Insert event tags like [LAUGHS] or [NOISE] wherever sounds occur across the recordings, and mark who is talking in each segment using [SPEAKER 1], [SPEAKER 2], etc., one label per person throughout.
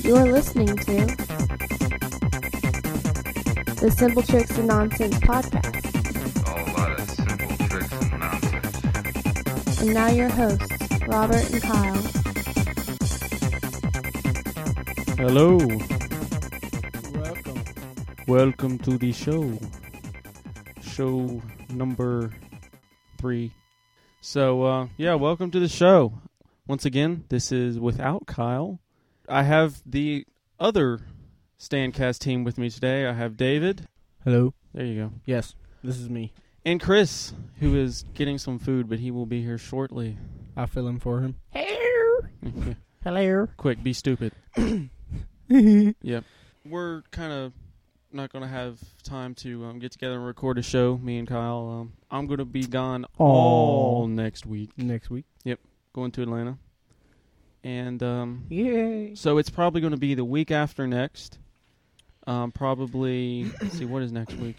[SPEAKER 1] You're listening to the Simple Tricks and Nonsense podcast.
[SPEAKER 2] a lot of simple tricks and nonsense.
[SPEAKER 1] And now your hosts, Robert and Kyle.
[SPEAKER 3] Hello,
[SPEAKER 4] Welcome.
[SPEAKER 3] welcome to the show. Show number three. So, uh, yeah, welcome to the show. Once again, this is without Kyle. I have the other Stancast team with me today. I have David.
[SPEAKER 4] Hello.
[SPEAKER 3] There you go.
[SPEAKER 4] Yes, this is me.
[SPEAKER 3] And Chris, who is getting some food, but he will be here shortly. [LAUGHS]
[SPEAKER 4] I fill in for him.
[SPEAKER 5] Hello.
[SPEAKER 3] Quick, be stupid. Yep. We're kind of not going to have time to um, get together and record a show, me and Kyle. Um, I'm going to be gone all next week,
[SPEAKER 4] Next week.
[SPEAKER 3] going to Atlanta. And um,
[SPEAKER 5] Yay.
[SPEAKER 3] so it's probably going to be the week after next. Um, probably, let's see, what is next week?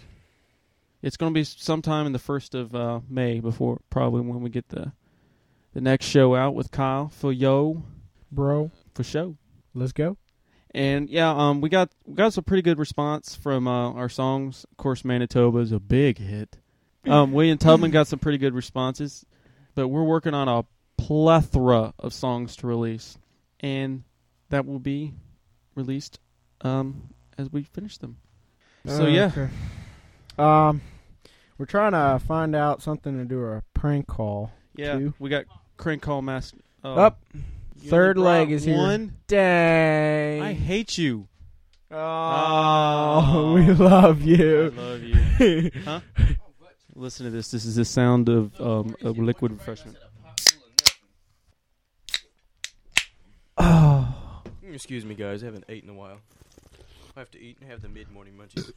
[SPEAKER 3] It's going to be sometime in the first of uh, May before probably when we get the the next show out with Kyle for yo
[SPEAKER 4] Bro,
[SPEAKER 3] for show.
[SPEAKER 4] let's go.
[SPEAKER 3] And yeah, um, we got we got some pretty good response from uh, our songs. Of course, Manitoba is a big
[SPEAKER 4] [LAUGHS]
[SPEAKER 3] hit. Um, William Tubman got some pretty good responses, but we're working on a plethora of songs to release, and that will be released um, as we finish them. So, yeah.
[SPEAKER 4] Okay. Um, we're trying to find out something to do a prank call.
[SPEAKER 3] Yeah,
[SPEAKER 4] Two.
[SPEAKER 3] we got Crank Call Mask uh,
[SPEAKER 4] Up.
[SPEAKER 3] you
[SPEAKER 4] Third
[SPEAKER 3] only
[SPEAKER 4] leg
[SPEAKER 3] brought
[SPEAKER 4] is here.
[SPEAKER 3] One.
[SPEAKER 4] Dang.
[SPEAKER 3] I hate
[SPEAKER 4] [LAUGHS]
[SPEAKER 3] you.
[SPEAKER 4] oh,
[SPEAKER 3] Oh.
[SPEAKER 4] [LAUGHS] we love
[SPEAKER 3] I [LAUGHS]
[SPEAKER 4] you.
[SPEAKER 3] love you.
[SPEAKER 4] [LAUGHS]
[SPEAKER 3] huh? Listen to this. This is the sound of um, of liquid refreshment.
[SPEAKER 4] Oh,
[SPEAKER 6] Mm, Excuse me, guys. I haven't eaten in a while. I have to eat and have the mid morning [COUGHS] munchies.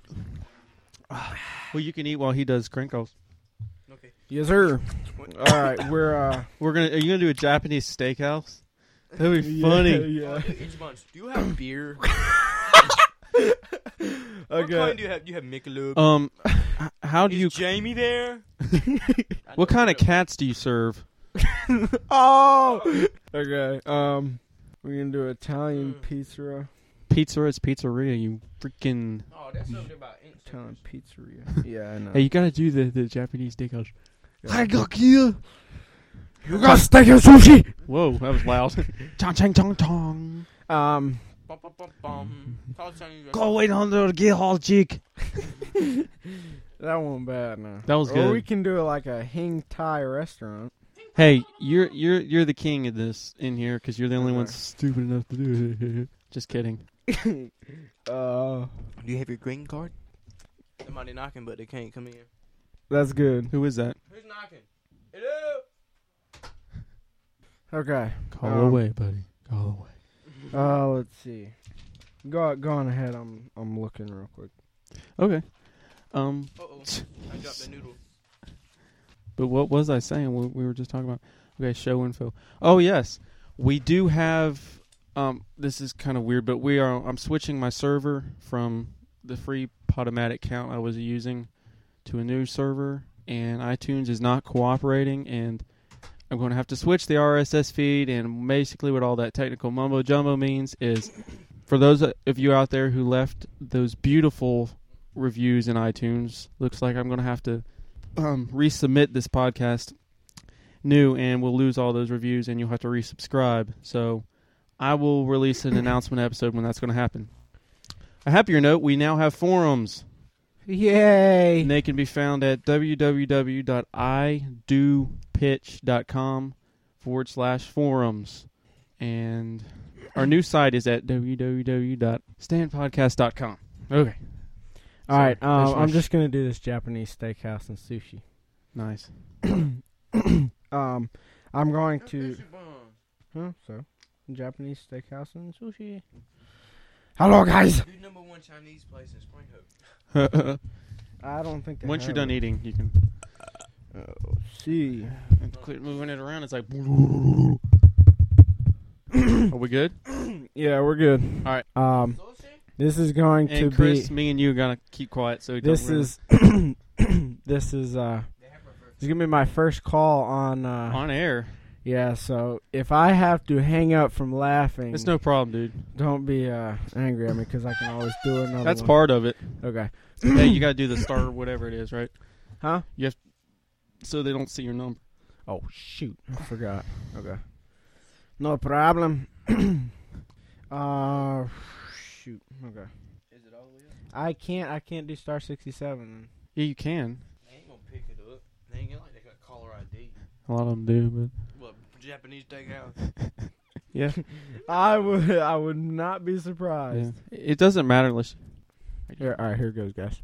[SPEAKER 3] Well, you can eat while he does crank calls.
[SPEAKER 6] okay.
[SPEAKER 4] yes, sir. All right, we're uh.
[SPEAKER 3] We're gonna. Are you gonna do a Japanese steakhouse? That'd be [LAUGHS]
[SPEAKER 4] yeah,
[SPEAKER 3] funny.
[SPEAKER 6] Uh,
[SPEAKER 4] Yeah.
[SPEAKER 6] Bunch, do you
[SPEAKER 3] [COUGHS]
[SPEAKER 6] have [COUGHS] beer? What kind
[SPEAKER 4] Okay.
[SPEAKER 6] do you have? Do you have Michelob?
[SPEAKER 3] Um, h- how do
[SPEAKER 6] Is
[SPEAKER 3] you?
[SPEAKER 6] Jamie
[SPEAKER 3] [LAUGHS]
[SPEAKER 6] there? I
[SPEAKER 3] What
[SPEAKER 6] know
[SPEAKER 3] kind of
[SPEAKER 6] better.
[SPEAKER 3] cats do you serve?
[SPEAKER 4] Oh. Okay. Um, we're gonna do Italian pizza.
[SPEAKER 3] Pizza is pizzeria. You freaking.
[SPEAKER 6] Oh, that's something about
[SPEAKER 4] Italian
[SPEAKER 3] [LAUGHS]
[SPEAKER 4] pizzeria. yeah, I know.
[SPEAKER 3] Hey, you gotta do the the Japanese steakhouse.
[SPEAKER 4] I got you. You got steak and sushi.
[SPEAKER 3] Whoa, that was loud. Chong chang chong tong.
[SPEAKER 4] Um.
[SPEAKER 6] Instagram.
[SPEAKER 3] Mm-hmm. Go wait on the get hall cheek.
[SPEAKER 4] [LAUGHS] That one bad now.
[SPEAKER 3] That was
[SPEAKER 4] Or
[SPEAKER 3] good.
[SPEAKER 4] we can do like a hang Thai [LAUGHS] restaurant.
[SPEAKER 3] [LAUGHS] Hey, you're you're you're the king of this in here because you're the only
[SPEAKER 4] Okay.
[SPEAKER 3] one stupid enough to do it. [LAUGHS] Just kidding.
[SPEAKER 4] uh,
[SPEAKER 6] Do you have your green card? Somebody knocking, but they can't come in.
[SPEAKER 4] that's good.
[SPEAKER 3] Who is that?
[SPEAKER 6] Who's knocking? Hello.
[SPEAKER 4] Okay.
[SPEAKER 3] Call
[SPEAKER 4] Um,
[SPEAKER 3] away, buddy. Call away.
[SPEAKER 4] Uh, let's see. Go go on ahead. I'm I'm looking real quick.
[SPEAKER 3] Okay. Um,
[SPEAKER 6] Uh
[SPEAKER 3] [LAUGHS]
[SPEAKER 6] oh. I dropped the noodle.
[SPEAKER 3] But what was I saying? We, we were just talking about okay, show info. Oh yes, we do have. Um, this is kind of weird, but we are. I'm switching my server from the free Podomatic account I was using to a new server, and iTunes is not cooperating, and I'm going to have to switch the RSS feed. And basically, what all that technical mumbo jumbo means is, for those of you out there who left those beautiful reviews in iTunes, looks like I'm going to have to um, resubmit this podcast new and we'll lose all those reviews and you'll have to resubscribe. So I will release an announcement episode when that's going to happen. A happier note, we now have forums.
[SPEAKER 4] Yay!
[SPEAKER 3] And they can be found at www.idopitch.com forward slash forums. And our new site is at www.standpodcast.com. Okay.
[SPEAKER 4] All right.
[SPEAKER 3] Sorry,
[SPEAKER 4] Um,
[SPEAKER 3] that's my
[SPEAKER 4] I'm
[SPEAKER 3] sh-
[SPEAKER 4] just gonna do this Japanese steakhouse and sushi.
[SPEAKER 3] Nice. [LAUGHS]
[SPEAKER 4] Um, I'm going to.
[SPEAKER 6] Sushi bomb.
[SPEAKER 4] Huh? So, Japanese steakhouse and sushi. Hello, guys.
[SPEAKER 6] Who's number one Chinese place in Spring Hope?
[SPEAKER 3] Once
[SPEAKER 4] I don't think. They
[SPEAKER 3] you're
[SPEAKER 4] have
[SPEAKER 3] done
[SPEAKER 4] it.
[SPEAKER 3] eating, you can
[SPEAKER 4] Oh, see.
[SPEAKER 3] quit moving it around. It's like. [CLEARS THROAT] Are we good?
[SPEAKER 4] [CLEARS THROAT] Yeah, we're good.
[SPEAKER 3] All right.
[SPEAKER 4] Um,
[SPEAKER 6] Sushi?
[SPEAKER 4] this is going
[SPEAKER 3] And
[SPEAKER 4] to
[SPEAKER 3] Chris,
[SPEAKER 4] be.
[SPEAKER 3] me and you are gonna keep quiet. So don't
[SPEAKER 4] This
[SPEAKER 3] really-
[SPEAKER 4] is. [CLEARS THROAT] this is. Uh,
[SPEAKER 6] They have reverse.
[SPEAKER 4] this is gonna be my first call on. Uh,
[SPEAKER 3] on air.
[SPEAKER 4] Yeah, so if I have to hang up from laughing,
[SPEAKER 3] It's no problem, dude.
[SPEAKER 4] don't be uh, angry at me because I can always do another
[SPEAKER 3] That's
[SPEAKER 4] one.
[SPEAKER 3] part of it.
[SPEAKER 4] Okay.
[SPEAKER 3] [CLEARS THROAT] hey, you got to do the star or whatever it is, right?
[SPEAKER 4] Huh?
[SPEAKER 3] So they don't see your number.
[SPEAKER 4] Oh, shoot. I forgot. Okay. No problem. [CLEARS THROAT] uh, shoot. Okay.
[SPEAKER 6] Is it all the way up?
[SPEAKER 4] I can't. I can't do star sixty-seven.
[SPEAKER 3] Yeah, you can.
[SPEAKER 6] They ain't gonna pick it up. They ain't gonna like they got caller ID.
[SPEAKER 3] A lot of them do, but
[SPEAKER 6] What Japanese takeout?
[SPEAKER 3] yeah,
[SPEAKER 4] [LAUGHS] I would. I would not be surprised.
[SPEAKER 3] it doesn't matter unless.
[SPEAKER 4] Here, all right. Here goes, guys.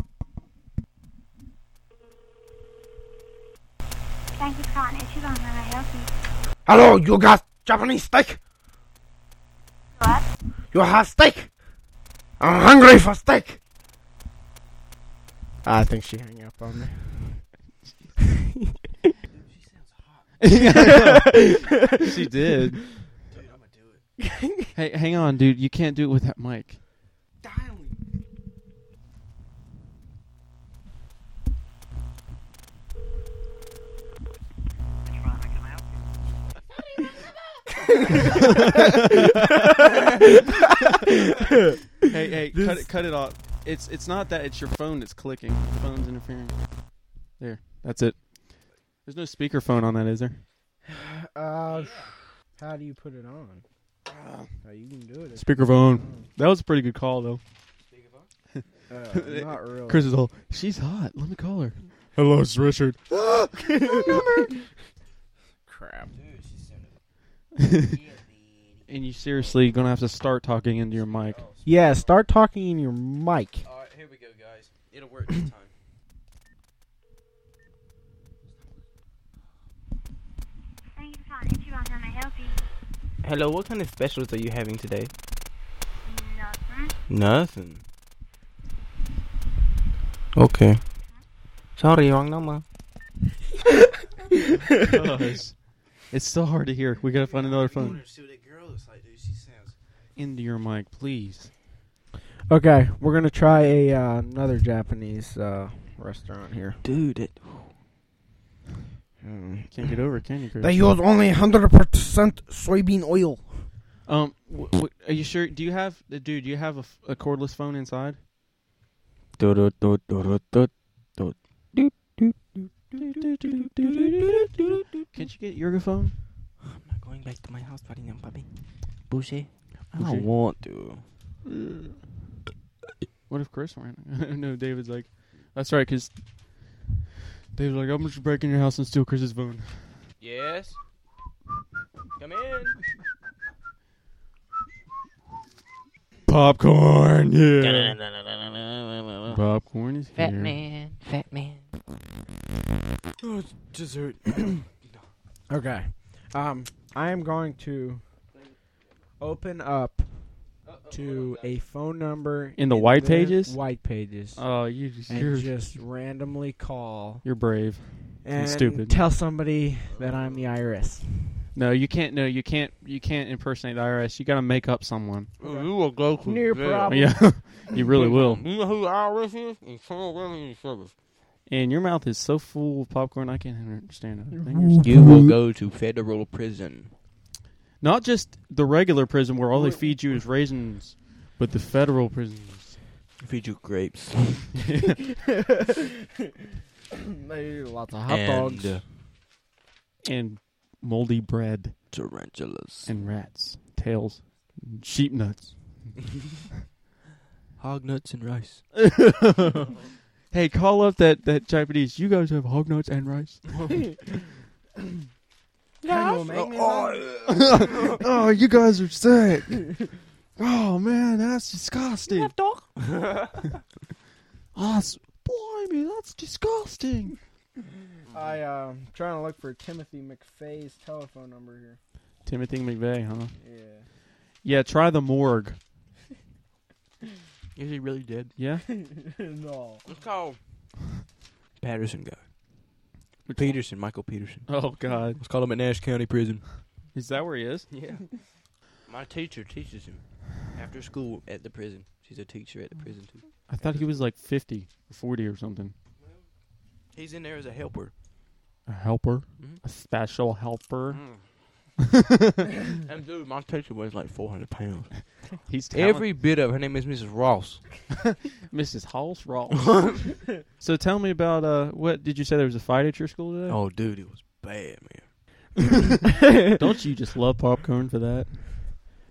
[SPEAKER 7] Thank you for calling Ichiban. How may I help you?
[SPEAKER 4] Hello, you got Japanese steak?
[SPEAKER 7] What?
[SPEAKER 4] You have steak? I'm hungry for steak. I think she hung up on me.
[SPEAKER 3] [LAUGHS] she did.
[SPEAKER 6] Dude, I'm gonna do it.
[SPEAKER 3] Hey, hang on, dude. You can't do it with that mic. Hey, hey, cut it, cut it off. It's it's not that. It's your phone that's clicking. Your phone's interfering. There, that's it. There's no speakerphone on that, is there?
[SPEAKER 4] Uh, how do you put it on? Oh, you can do it.
[SPEAKER 3] Speakerphone. That was a pretty good call, though.
[SPEAKER 4] [LAUGHS] Uh, not really.
[SPEAKER 3] Chris is all, she's hot. Let me call her.
[SPEAKER 8] Hello, it's Richard.
[SPEAKER 4] Crap.
[SPEAKER 6] Dude, she sounded
[SPEAKER 3] [LAUGHS] And you seriously gonna have to start talking into your [LAUGHS] mic.
[SPEAKER 4] Yeah, start talking in your mic.
[SPEAKER 6] All right, here we go, guys. It'll work this time.
[SPEAKER 7] Thank you for calling Ichiban. How may I help you?
[SPEAKER 6] Hello, what kind of specials are you having today?
[SPEAKER 7] Nothing.
[SPEAKER 6] Nothing. Okay. Sorry, wrong number.
[SPEAKER 3] Because it's still hard to hear. We gotta find another phone.
[SPEAKER 6] See what that girl looks like, dude. She sounds.
[SPEAKER 3] Into your mic, please.
[SPEAKER 4] Okay, we're gonna try a uh, another Japanese uh, restaurant here. Hmm,
[SPEAKER 6] Dude, it.
[SPEAKER 3] Can't get over it, can you, Chris?
[SPEAKER 4] use only 100% soybean oil.
[SPEAKER 3] Um, w- w- are you sure? Do you have, uh, dude? Do you have a, f- a cordless phone inside? Can't you get your phone?
[SPEAKER 6] I'm not going back to my house party now, puppy. Boucher. I
[SPEAKER 3] Boucher.
[SPEAKER 6] don't want to.
[SPEAKER 3] What if Chris ran? no, David's like, that's right, because David's like, I'm just break in your house and steal Chris's phone.
[SPEAKER 6] Yes. Come in.
[SPEAKER 8] Popcorn, yeah.
[SPEAKER 3] Popcorn is
[SPEAKER 5] Fat
[SPEAKER 3] here.
[SPEAKER 5] man, fat man.
[SPEAKER 6] Oh, it's
[SPEAKER 4] [CLEARS THROAT]
[SPEAKER 6] dessert.
[SPEAKER 4] Okay. Um, I am going to open up to a phone number
[SPEAKER 3] In the white
[SPEAKER 4] their
[SPEAKER 3] pages?
[SPEAKER 4] White pages.
[SPEAKER 3] Oh, you just,
[SPEAKER 4] and
[SPEAKER 3] you're
[SPEAKER 4] just randomly call
[SPEAKER 3] you're brave.
[SPEAKER 4] and
[SPEAKER 3] stupid.
[SPEAKER 4] tell somebody that I'm the IRS. [LAUGHS]
[SPEAKER 3] No, you can't. No, you can't. You can't impersonate the IRS. You got to make up someone.
[SPEAKER 6] You will go to
[SPEAKER 4] Near problem.
[SPEAKER 3] Yeah, you really will.
[SPEAKER 6] You know who IRS is? Internal Revenue Service.
[SPEAKER 3] And your mouth is so full of popcorn, I can't understand it. Fingers.
[SPEAKER 6] You will go to federal prison.
[SPEAKER 3] Not just the regular prison where all they feed you is raisins, but the federal prisons.
[SPEAKER 6] Feed you grapes.
[SPEAKER 4] They do lots of hot
[SPEAKER 6] and uh,
[SPEAKER 4] dogs.
[SPEAKER 3] and moldy bread
[SPEAKER 6] tarantulas.
[SPEAKER 3] and rats, tails, and sheep nuts. [LAUGHS]
[SPEAKER 6] Hog nuts and rice.
[SPEAKER 3] hey, call up that that Japanese. You guys have hog nuts and rice.
[SPEAKER 4] [LAUGHS]
[SPEAKER 3] [LAUGHS] oh, you guys are sick. Oh man, that's disgusting. oh, s- blimey, that's disgusting.
[SPEAKER 4] I
[SPEAKER 3] Mm-hmm.
[SPEAKER 4] uh, am trying to look for Timothy McFay's telephone number here.
[SPEAKER 3] Timothy McVeigh, huh?
[SPEAKER 4] Yeah.
[SPEAKER 3] Yeah, try the morgue.
[SPEAKER 6] Is he really dead?
[SPEAKER 3] Yeah.
[SPEAKER 4] [LAUGHS]
[SPEAKER 3] [LAUGHS]
[SPEAKER 4] no.
[SPEAKER 6] Let's call Patterson guy. Peterson, Michael Peterson.
[SPEAKER 3] Oh God,
[SPEAKER 6] Let's call him at Nash County Prison.
[SPEAKER 3] is that where he is?
[SPEAKER 6] Yeah. [LAUGHS] My teacher teaches him after school at the prison. She's a teacher at the prison too.
[SPEAKER 3] I thought he was like fifty or forty or something.
[SPEAKER 6] He's in there as a helper.
[SPEAKER 3] A helper,
[SPEAKER 6] Mhm. Mm. [LAUGHS]
[SPEAKER 3] a special helper.
[SPEAKER 6] And dude, my teacher weighs like 400 pounds.
[SPEAKER 3] Mm-hmm. He's talented.
[SPEAKER 6] Every bit of her name is Mrs. Ross.
[SPEAKER 3] Mrs. Hoss [LAUGHS] Ross. so tell me about uh, what did you say there was a fight at your school today? [LAUGHS]
[SPEAKER 6] Oh, dude, it was bad, man.
[SPEAKER 3] Don't you just love popcorn for that?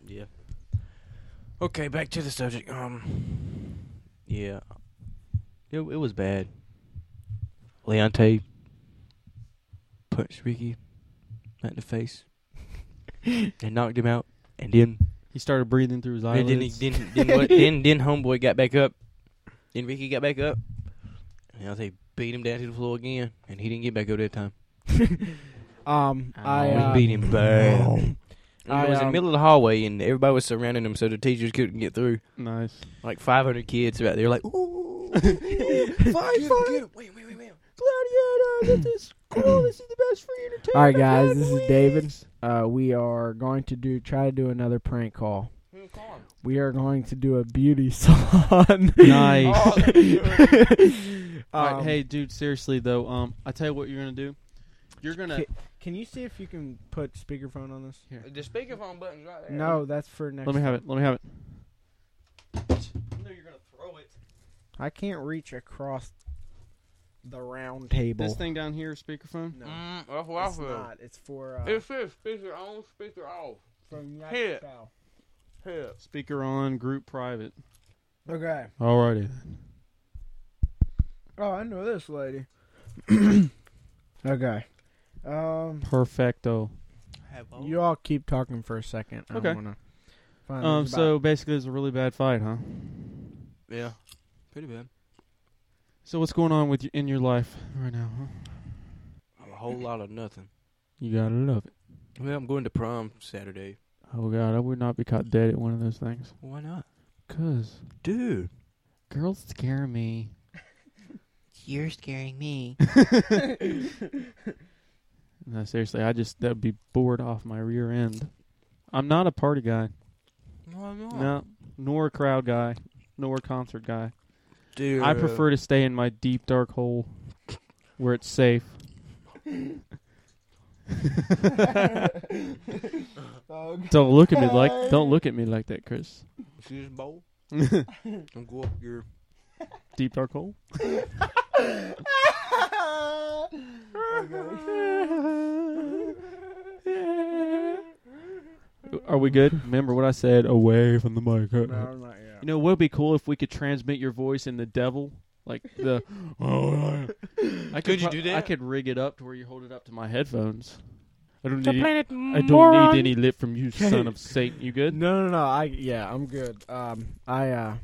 [SPEAKER 6] Yeah. Okay, back to the subject. Um, yeah, it it was bad. Leonte punched Ricky right in the [LAUGHS] face and knocked him out, and then
[SPEAKER 3] He started breathing through his
[SPEAKER 6] and
[SPEAKER 3] eyelids.
[SPEAKER 6] then, he- then then what- then then homeboy got back up, then Ricky got back up, and Leonte beat him down to the floor again, and he didn't get back up that time.
[SPEAKER 4] Um, I
[SPEAKER 6] we
[SPEAKER 4] uh,
[SPEAKER 6] beat him bad. And
[SPEAKER 4] I,
[SPEAKER 6] it was in the
[SPEAKER 4] um,
[SPEAKER 6] middle of the hallway, and everybody was surrounding him, so the teachers couldn't get through.
[SPEAKER 3] [LAUGHS] nice.
[SPEAKER 6] like 500 kids out there, like, ooh, fight, fight. Wait, wait, wait, wait.
[SPEAKER 3] Claudia, get this squirrel. This is the best free entertainment.
[SPEAKER 4] [LAUGHS] All right, guys. This is David. Uh, we are going to do try to do another prank call. We are going to do a beauty [LAUGHS] salon.
[SPEAKER 3] [LAUGHS] Nice. [LAUGHS] All right,
[SPEAKER 4] Um,
[SPEAKER 3] hey, dude. Seriously though, um, I tell you what you're gonna do. You're gonna.
[SPEAKER 4] Ki- [LAUGHS] Can you see if you can put speakerphone on this? Here.
[SPEAKER 6] The speakerphone button's
[SPEAKER 3] Oh,
[SPEAKER 6] right there.
[SPEAKER 4] No, that's for next.
[SPEAKER 3] Let me have it. Let me have it.
[SPEAKER 4] I can't reach across the round table.
[SPEAKER 3] This thing down here, speakerphone.
[SPEAKER 4] no,
[SPEAKER 6] Mm, that's what
[SPEAKER 4] it's not. It's for uh,
[SPEAKER 6] says speaker on, speaker off.
[SPEAKER 4] from
[SPEAKER 6] here.
[SPEAKER 4] Foul.
[SPEAKER 6] Hell.
[SPEAKER 3] Speaker on, group private.
[SPEAKER 4] Okay.
[SPEAKER 3] Alrighty.
[SPEAKER 4] Oh, I know this lady. [CLEARS THROAT] okay. Um,
[SPEAKER 3] Perfecto.
[SPEAKER 4] you all keep talking for a second. I
[SPEAKER 3] Okay.
[SPEAKER 4] don't wanna find
[SPEAKER 3] Um.
[SPEAKER 4] this
[SPEAKER 3] So basically, it's a really bad fight, huh?
[SPEAKER 6] Yeah. Pretty bad.
[SPEAKER 3] So what's going on with you in your life right now? Huh?
[SPEAKER 6] A whole lot of nothing.
[SPEAKER 3] You gotta love it.
[SPEAKER 6] Well, I'm going to prom Saturday.
[SPEAKER 3] Oh God, I would not be caught dead at one of those things.
[SPEAKER 6] Why not?
[SPEAKER 3] Cause
[SPEAKER 6] Dude.
[SPEAKER 3] girls scare me.
[SPEAKER 5] You're
[SPEAKER 3] [LAUGHS]
[SPEAKER 5] scaring me.
[SPEAKER 3] No, seriously, I just that would be bored off my rear end. I'm not a party guy.
[SPEAKER 6] Why not?
[SPEAKER 3] No, nor a crowd guy, nor a concert guy.
[SPEAKER 6] Dude.
[SPEAKER 3] I prefer to stay in my deep dark hole where it's safe. don't look at me like don't look at me like that, Chris. [LAUGHS]
[SPEAKER 6] See this bowl? I'm go up your.
[SPEAKER 3] Deep dark hole. [LAUGHS] Are we good? Remember what I said away from the mic.
[SPEAKER 4] about. No, I'm not
[SPEAKER 3] You know, what would be cool if we could transmit your voice in the devil? Like the. I
[SPEAKER 6] Could you
[SPEAKER 3] prob-
[SPEAKER 6] do that?
[SPEAKER 3] I could rig it up to where you hold it up to my headphones. I don't
[SPEAKER 5] The
[SPEAKER 3] need.
[SPEAKER 5] planet
[SPEAKER 3] I don't need any lip from you, son of Satan. You good?
[SPEAKER 4] No, no, no. I yeah, I'm good. Um, I uh,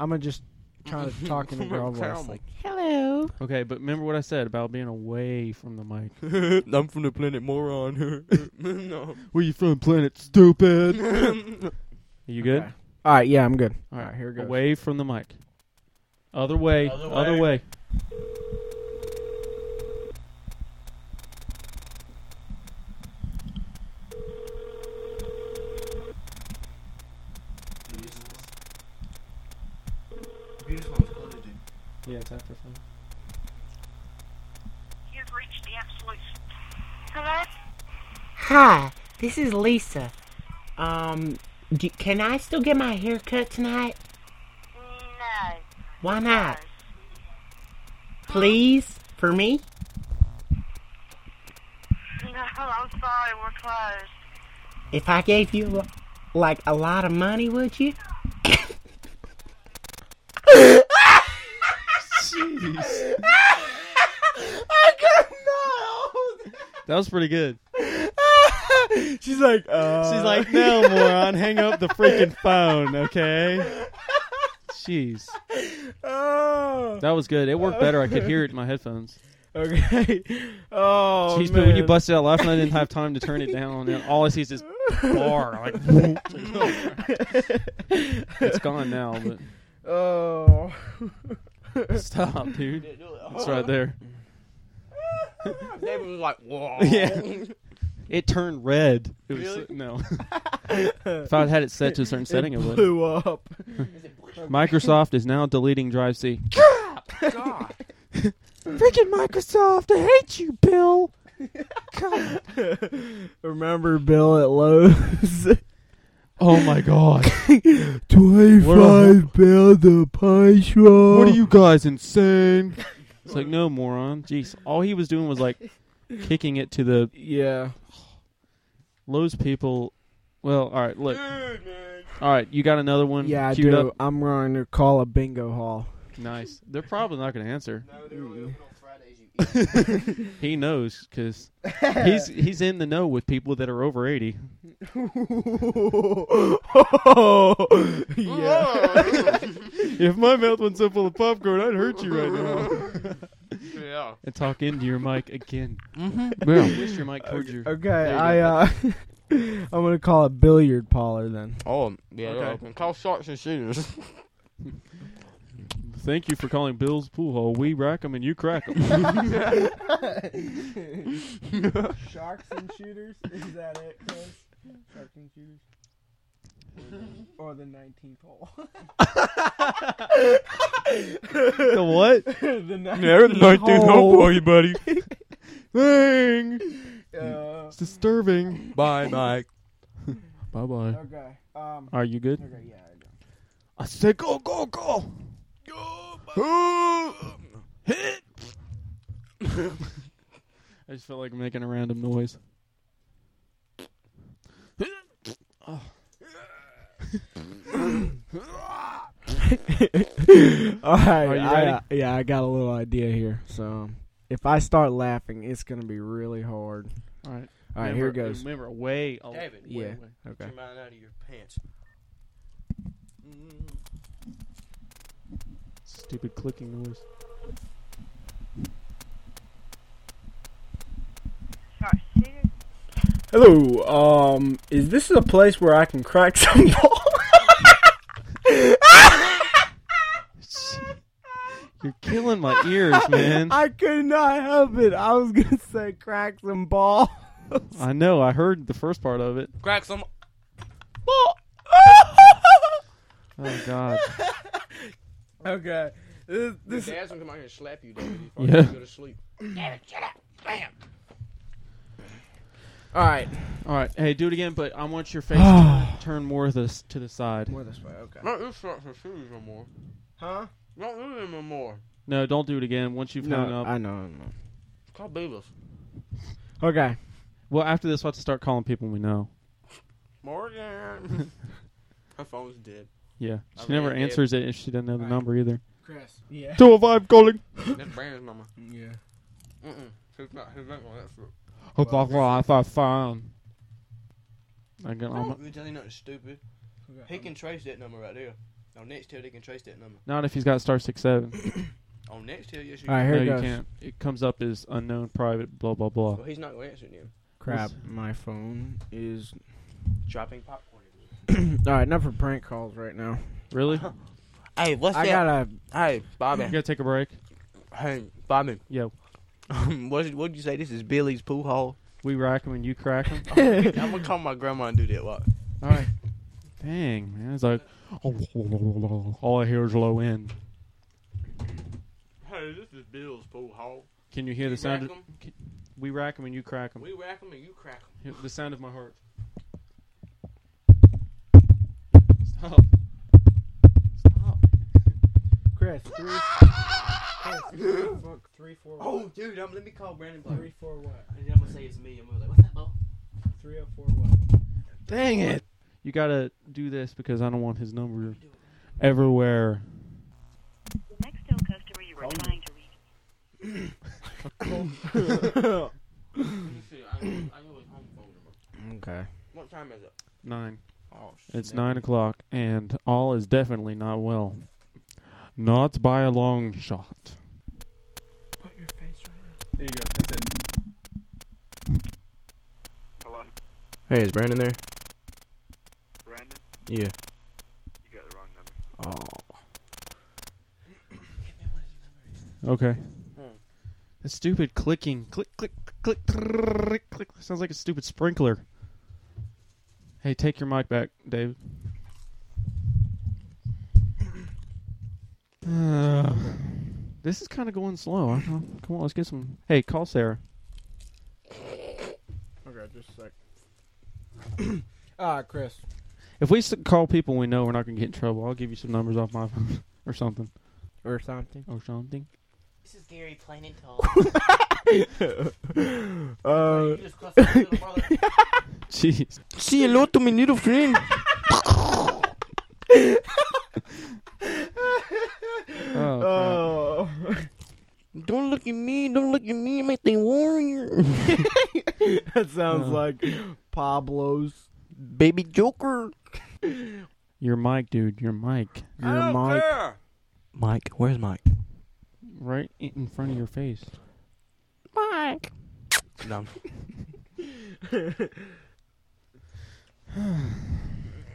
[SPEAKER 4] I'm gonna just try
[SPEAKER 6] [LAUGHS]
[SPEAKER 4] to
[SPEAKER 3] [LAUGHS]
[SPEAKER 4] talk in a girl voice. Like,
[SPEAKER 5] Hello.
[SPEAKER 3] Okay, but remember what I said about being away from the mic.
[SPEAKER 6] [LAUGHS] I'm from the planet Moron. [LAUGHS] no.
[SPEAKER 3] Where you from, planet [LAUGHS] stupid? Are you good?
[SPEAKER 4] Okay. all right, yeah, I'm good.
[SPEAKER 3] All right,
[SPEAKER 4] here goes.
[SPEAKER 3] Away from the mic. Other way. Other
[SPEAKER 6] Other
[SPEAKER 3] way.
[SPEAKER 6] way.
[SPEAKER 3] Yeah, it's after fun.
[SPEAKER 7] You've reached the absolute. Hello?
[SPEAKER 5] Hi, this is Lisa. Um, do, can I still get my hair cut tonight?
[SPEAKER 7] No.
[SPEAKER 5] Why not? Please? For me?
[SPEAKER 7] No, I'm sorry, we're closed.
[SPEAKER 5] If I gave you, like, a lot of money, would you?
[SPEAKER 3] Jeez. That was pretty good.
[SPEAKER 4] She's like, uh,
[SPEAKER 3] She's like, no, moron, hang up the freaking phone, okay? Jeez. [LAUGHS]
[SPEAKER 4] oh,
[SPEAKER 3] That was good. It worked better. I could hear it in my [LAUGHS] headphones.
[SPEAKER 4] okay. [LAUGHS] Oh,
[SPEAKER 3] Jeez,
[SPEAKER 4] man.
[SPEAKER 3] but when you
[SPEAKER 4] [LAUGHS]
[SPEAKER 3] busted out laughing, I didn't have time to turn it down. And all I see is this bar. Like, [LAUGHS] it's gone now, [LAUGHS] but [LAUGHS]
[SPEAKER 4] Oh,
[SPEAKER 3] stop, dude. It's right there.
[SPEAKER 6] David was like, [LAUGHS] whoa.
[SPEAKER 3] [LAUGHS] Yeah. It turned red. It was,
[SPEAKER 6] Really?
[SPEAKER 3] [LAUGHS] No. if I had it set to a certain setting, it would.
[SPEAKER 4] blew up.
[SPEAKER 3] Microsoft is now deleting Drive C.
[SPEAKER 6] God.
[SPEAKER 4] [LAUGHS]
[SPEAKER 3] Freaking Microsoft, I hate you, Bill.
[SPEAKER 4] Remember Bill at Lowe's?
[SPEAKER 3] Oh my god.
[SPEAKER 4] [LAUGHS] Twenty-five pounds of pie
[SPEAKER 3] [LAUGHS]
[SPEAKER 4] shop.
[SPEAKER 3] what are you guys insane? It's like no moron. Jeez, all he was doing was like kicking it to the
[SPEAKER 4] Yeah.
[SPEAKER 3] Lowe's people. Well, all right, look. All right, you got another one.
[SPEAKER 4] Yeah, I
[SPEAKER 3] queued
[SPEAKER 4] do.
[SPEAKER 3] Up?
[SPEAKER 4] I'm going to call a bingo hall.
[SPEAKER 3] Nice. They're probably not going to [LAUGHS] answer.
[SPEAKER 6] Fridays.
[SPEAKER 3] He knows because he's he's in the know with people that are over eighty.
[SPEAKER 4] [LAUGHS]
[SPEAKER 3] If my mouth went so full of popcorn, I'd hurt you right now.
[SPEAKER 2] Yeah.
[SPEAKER 3] and talk into your mic again. [LAUGHS]
[SPEAKER 4] Yeah.
[SPEAKER 3] Push your mic towards your.
[SPEAKER 4] Okay, I uh, [LAUGHS] I'm gonna call it billiard parlor then.
[SPEAKER 6] Oh, yeah.
[SPEAKER 3] Okay.
[SPEAKER 6] Okay. Call shots and shooters.
[SPEAKER 3] Thank you for calling Bill's Pool Hall. We rack 'em and you crack
[SPEAKER 4] [LAUGHS]
[SPEAKER 3] 'em.
[SPEAKER 4] Sharks and shooters. Is that it? Sharks and shooters. Or the 19th hole.
[SPEAKER 3] the what?
[SPEAKER 4] [LAUGHS] [LAUGHS] the 19th
[SPEAKER 6] [LAUGHS]
[SPEAKER 3] buddy. Dang.
[SPEAKER 4] Uh,
[SPEAKER 3] It's disturbing.
[SPEAKER 6] Bye, Mike.
[SPEAKER 3] Bye bye.
[SPEAKER 4] okay. Um.
[SPEAKER 3] Are you good?
[SPEAKER 4] Okay. Yeah. I know.
[SPEAKER 3] I said go, go, [LAUGHS] go. Hit. I just felt like making a random noise.
[SPEAKER 4] All right.
[SPEAKER 3] Are you
[SPEAKER 4] I,
[SPEAKER 3] ready?
[SPEAKER 4] uh, yeah, I got a little idea here. So if I start laughing, it's gonna be really hard.
[SPEAKER 3] All right.
[SPEAKER 4] All right, here it goes.
[SPEAKER 3] Remember, way.
[SPEAKER 6] David,
[SPEAKER 4] Yeah.
[SPEAKER 6] wait, wait.
[SPEAKER 4] Okay.
[SPEAKER 6] Get your mind out of your pants.
[SPEAKER 3] Stupid clicking noise.
[SPEAKER 7] Sorry, serious?
[SPEAKER 4] Hello. Um, is this a place where I can crack some balls?
[SPEAKER 3] [LAUGHS] You're killing my
[SPEAKER 4] [LAUGHS]
[SPEAKER 3] ears, man.
[SPEAKER 4] I could not help it. I was gonna say crack some balls.
[SPEAKER 3] I know. I heard the first part of it.
[SPEAKER 6] Crack some.
[SPEAKER 3] Oh
[SPEAKER 4] [LAUGHS]
[SPEAKER 3] God.
[SPEAKER 4] okay. This, this
[SPEAKER 6] Dad's gonna come out here and slap you, David.
[SPEAKER 3] you Yeah. go
[SPEAKER 6] to sleep.
[SPEAKER 4] all right.
[SPEAKER 3] All right. Hey, do it again, but I want your
[SPEAKER 4] [SIGHS]
[SPEAKER 3] face to turn more of this to the side.
[SPEAKER 4] More this way. Okay.
[SPEAKER 6] Not do shots and shooters no more.
[SPEAKER 4] Huh?
[SPEAKER 6] Not do them no more.
[SPEAKER 3] No, don't do it again. Once you've hung
[SPEAKER 4] No,
[SPEAKER 3] up.
[SPEAKER 4] I know. I know.
[SPEAKER 6] Call Beavis.
[SPEAKER 4] Okay.
[SPEAKER 3] well, after this, we'll have to start calling people we know.
[SPEAKER 4] [LAUGHS]
[SPEAKER 6] Morgan. Her phone's dead.
[SPEAKER 3] Yeah. She
[SPEAKER 6] Okay,
[SPEAKER 3] never
[SPEAKER 6] Dave.
[SPEAKER 3] answers it if she doesn't know the number either.
[SPEAKER 4] Chris. Yeah.
[SPEAKER 3] Two five calling.
[SPEAKER 6] That's Brandon's mama.
[SPEAKER 4] Yeah.
[SPEAKER 6] Mm-mm. Who's not? Who's not going to that foot?
[SPEAKER 3] Oh, blah, blah, I thought fine. I got all my-
[SPEAKER 6] Don't tell you nothing stupid. He can trace that number right there. On Nextel, they can trace that number.
[SPEAKER 3] Not if he's got star six seven.
[SPEAKER 6] On Nextel, yes, you
[SPEAKER 4] All right. Here
[SPEAKER 3] no,
[SPEAKER 4] it
[SPEAKER 3] you
[SPEAKER 4] goes.
[SPEAKER 3] can't. It comes up as unknown private. Blah blah blah.
[SPEAKER 6] Well, he's not going to answer you.
[SPEAKER 4] Crap. My phone is.
[SPEAKER 6] Dropping popcorn.
[SPEAKER 4] all right. Enough for prank calls right now.
[SPEAKER 6] [LAUGHS]
[SPEAKER 3] Really?
[SPEAKER 6] Hey, what's
[SPEAKER 4] I
[SPEAKER 6] that?
[SPEAKER 4] gotta.
[SPEAKER 6] hey,
[SPEAKER 3] You
[SPEAKER 4] [LAUGHS]
[SPEAKER 6] Bobby.
[SPEAKER 3] gotta take a break.
[SPEAKER 6] hey, Bobby.
[SPEAKER 3] Yo,
[SPEAKER 6] Um, what did what'd you say? This is Billy's pool hall.
[SPEAKER 3] we rack 'em and you crack 'em.
[SPEAKER 6] [LAUGHS] I'm gonna call my grandma and do that. What?
[SPEAKER 3] all right. Dang man, it's like [LAUGHS] all I hear is low end.
[SPEAKER 6] Hey, this is Bill's pool hall.
[SPEAKER 3] Can you hear the
[SPEAKER 6] We rack
[SPEAKER 3] sound? Of,
[SPEAKER 6] 'em.
[SPEAKER 3] we rack 'em and you crack 'em.
[SPEAKER 6] We rack 'em and you crack 'em.
[SPEAKER 3] Hear The sound of my heart. Stop. Stop.
[SPEAKER 4] Chris. Three, Chris. Three, four,
[SPEAKER 6] Oh, dude, um, let me call Brandon Blair.
[SPEAKER 4] four, what?
[SPEAKER 6] And I'm gonna say it's me. I'm gonna be like, what's that, Bo?
[SPEAKER 4] Three oh four, what?
[SPEAKER 3] Dang it! You gotta do this because I don't want his number everywhere.
[SPEAKER 7] Nextel customer you were trying to reach.
[SPEAKER 3] [LAUGHS]
[SPEAKER 6] Let me see. I know, I know his home phone number.
[SPEAKER 4] Okay.
[SPEAKER 6] What time is it?
[SPEAKER 3] Nine.
[SPEAKER 6] Oh,
[SPEAKER 3] It's nine o'clock, and all is definitely not well. Not by a long shot.
[SPEAKER 4] There you go.
[SPEAKER 2] Hello,
[SPEAKER 6] Hey, is Brandon there?
[SPEAKER 2] Brandon?
[SPEAKER 6] Yeah.
[SPEAKER 2] You got the wrong number.
[SPEAKER 6] Oh.
[SPEAKER 3] Okay.
[SPEAKER 6] Hmm.
[SPEAKER 3] The stupid clicking. Click, click, click, click, click. Sounds like a stupid sprinkler. Hey, take your mic back,
[SPEAKER 6] [COUGHS]
[SPEAKER 3] David. Uh, this is kind of going slow. I don't know. Come on, let's get some. Hey, call Sarah.
[SPEAKER 4] just a sec. [CLEARS THROAT] Ah, Chris.
[SPEAKER 3] If we s- call people we know, we're not gonna get in trouble. I'll give you some numbers off my phone [LAUGHS] or something
[SPEAKER 4] Or [LAUGHS] something.
[SPEAKER 3] or something.
[SPEAKER 5] This is Gary plain and
[SPEAKER 3] [LAUGHS]
[SPEAKER 5] tall.
[SPEAKER 4] [LAUGHS]
[SPEAKER 3] oh,
[SPEAKER 4] Uh,
[SPEAKER 3] Jeez.
[SPEAKER 6] Say hello to my little friend.
[SPEAKER 3] Oh, crap.
[SPEAKER 4] oh. [LAUGHS]
[SPEAKER 6] Don't look at me. Don't look at me. I'm a thing warrior.
[SPEAKER 4] that sounds
[SPEAKER 3] Uh.
[SPEAKER 4] like Pablo's.
[SPEAKER 6] [LAUGHS] Baby Joker.
[SPEAKER 3] your mic, dude. Your mic,
[SPEAKER 4] Your mic.
[SPEAKER 6] Mike, where's Mike?
[SPEAKER 3] right i- in front of your face.
[SPEAKER 6] Mike. No.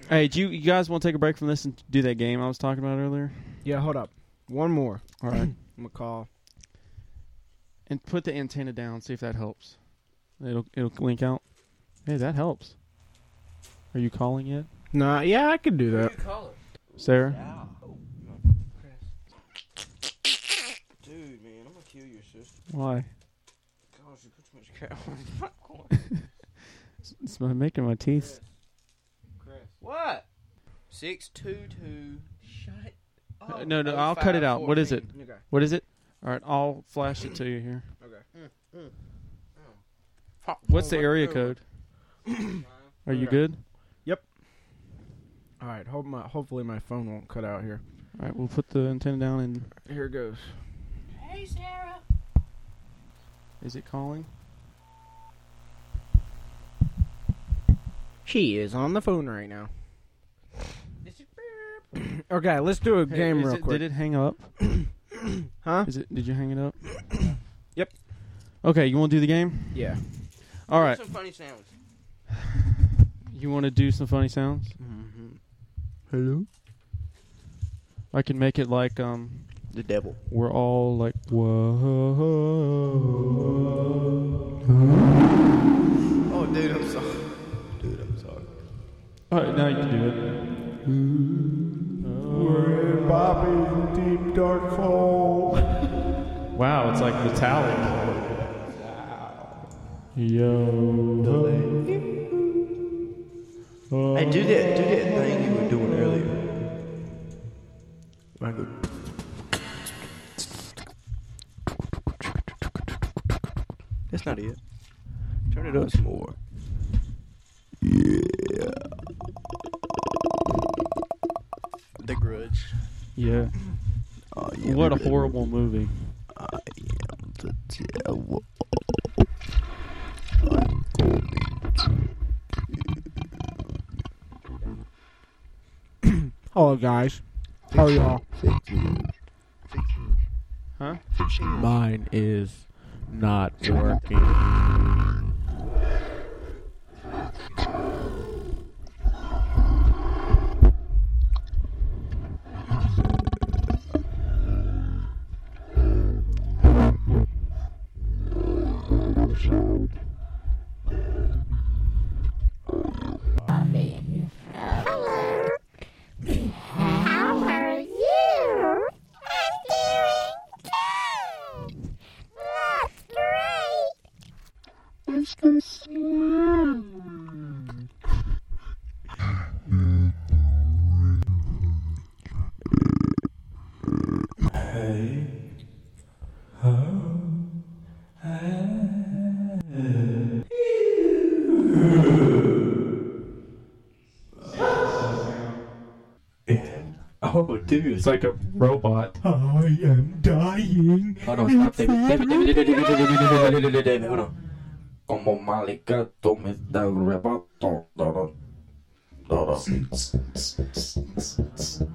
[SPEAKER 3] Hey, do you, you guys want to take a break from this and do that game I was talking about earlier?
[SPEAKER 4] Yeah, hold up. One more.
[SPEAKER 3] All right.
[SPEAKER 4] I'm gonna call.
[SPEAKER 3] [CLEARS THROAT] and put the antenna down. See if that helps. It'll it'll link out. Hey, that helps. Are you calling yet,
[SPEAKER 4] Nah, yeah, I could do that.
[SPEAKER 3] Sarah?
[SPEAKER 6] Dude, man, I'm gonna kill your sister.
[SPEAKER 3] Why?
[SPEAKER 6] God, you put too much crap on
[SPEAKER 3] It's my, making my teeth.
[SPEAKER 6] [LAUGHS] What? Six two two. Shut.
[SPEAKER 3] Uh, no, no, I'll cut it out. What is it?
[SPEAKER 4] Okay.
[SPEAKER 3] What is it? All right, I'll flash it to you here. What's the area code? Are you
[SPEAKER 4] Okay.
[SPEAKER 3] good?
[SPEAKER 4] All right. Hope my hopefully my phone won't cut out here.
[SPEAKER 3] All right, we'll put the antenna down and
[SPEAKER 4] Here it goes.
[SPEAKER 5] Hey, Sarah.
[SPEAKER 3] is it calling?
[SPEAKER 4] She is on the phone right now. [CLEARS THROAT] okay, let's do a
[SPEAKER 3] Hey,
[SPEAKER 4] game
[SPEAKER 3] is
[SPEAKER 4] real
[SPEAKER 3] it-
[SPEAKER 4] quick.
[SPEAKER 3] Did it hang up?
[SPEAKER 4] [COUGHS] huh?
[SPEAKER 3] Is it? Did you hang it up?
[SPEAKER 4] [COUGHS] Yep.
[SPEAKER 3] Okay, you want to do the game?
[SPEAKER 4] Yeah.
[SPEAKER 3] All right.
[SPEAKER 6] Some funny sounds.
[SPEAKER 3] You want to do some funny sounds?
[SPEAKER 6] Mm-hmm.
[SPEAKER 3] I can make it like um,
[SPEAKER 6] The devil.
[SPEAKER 3] we're all like whoa.
[SPEAKER 6] Oh, dude, I'm sorry. Dude, I'm sorry.
[SPEAKER 3] All right, now you can do it.
[SPEAKER 4] deep dark hole.
[SPEAKER 3] [LAUGHS] Wow, it's like metallic. Yo.
[SPEAKER 6] Hey, do that, do that thing you were doing earlier. I go. That's not it. Turn it up some more. Yeah. The Grudge.
[SPEAKER 3] Yeah.
[SPEAKER 6] Oh, yeah,
[SPEAKER 3] What a
[SPEAKER 6] the-
[SPEAKER 3] horrible movie.
[SPEAKER 6] I am the devil. I'm going
[SPEAKER 4] Hello, guys. How are y'all?
[SPEAKER 3] Huh?
[SPEAKER 4] Mine is not working.
[SPEAKER 9] How are you? I'm doing good. That's great. Oh Let's go
[SPEAKER 6] Oh, dude, it's like a
[SPEAKER 3] Robot.
[SPEAKER 8] I am dying.
[SPEAKER 6] Hold on, stop, David. David, David, David, David, David, David, David, David, David, David, hold on. Como malicato me da un rebato. Da, da, da, da.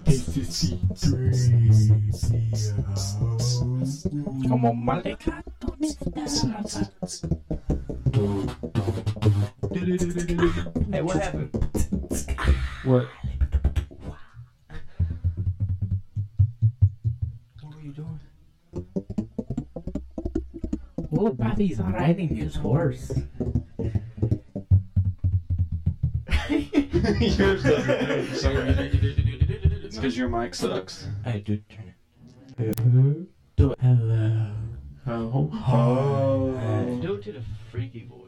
[SPEAKER 8] This is crazy.
[SPEAKER 6] Como malicato. Hey, what happened?
[SPEAKER 3] What?
[SPEAKER 6] What were you doing?
[SPEAKER 5] Oh, Bobby's riding his horse.
[SPEAKER 3] Because your mic sucks.
[SPEAKER 6] Hey, dude, turn it.
[SPEAKER 5] Do, hello.
[SPEAKER 3] Oh.
[SPEAKER 6] Do it to the freaky voice.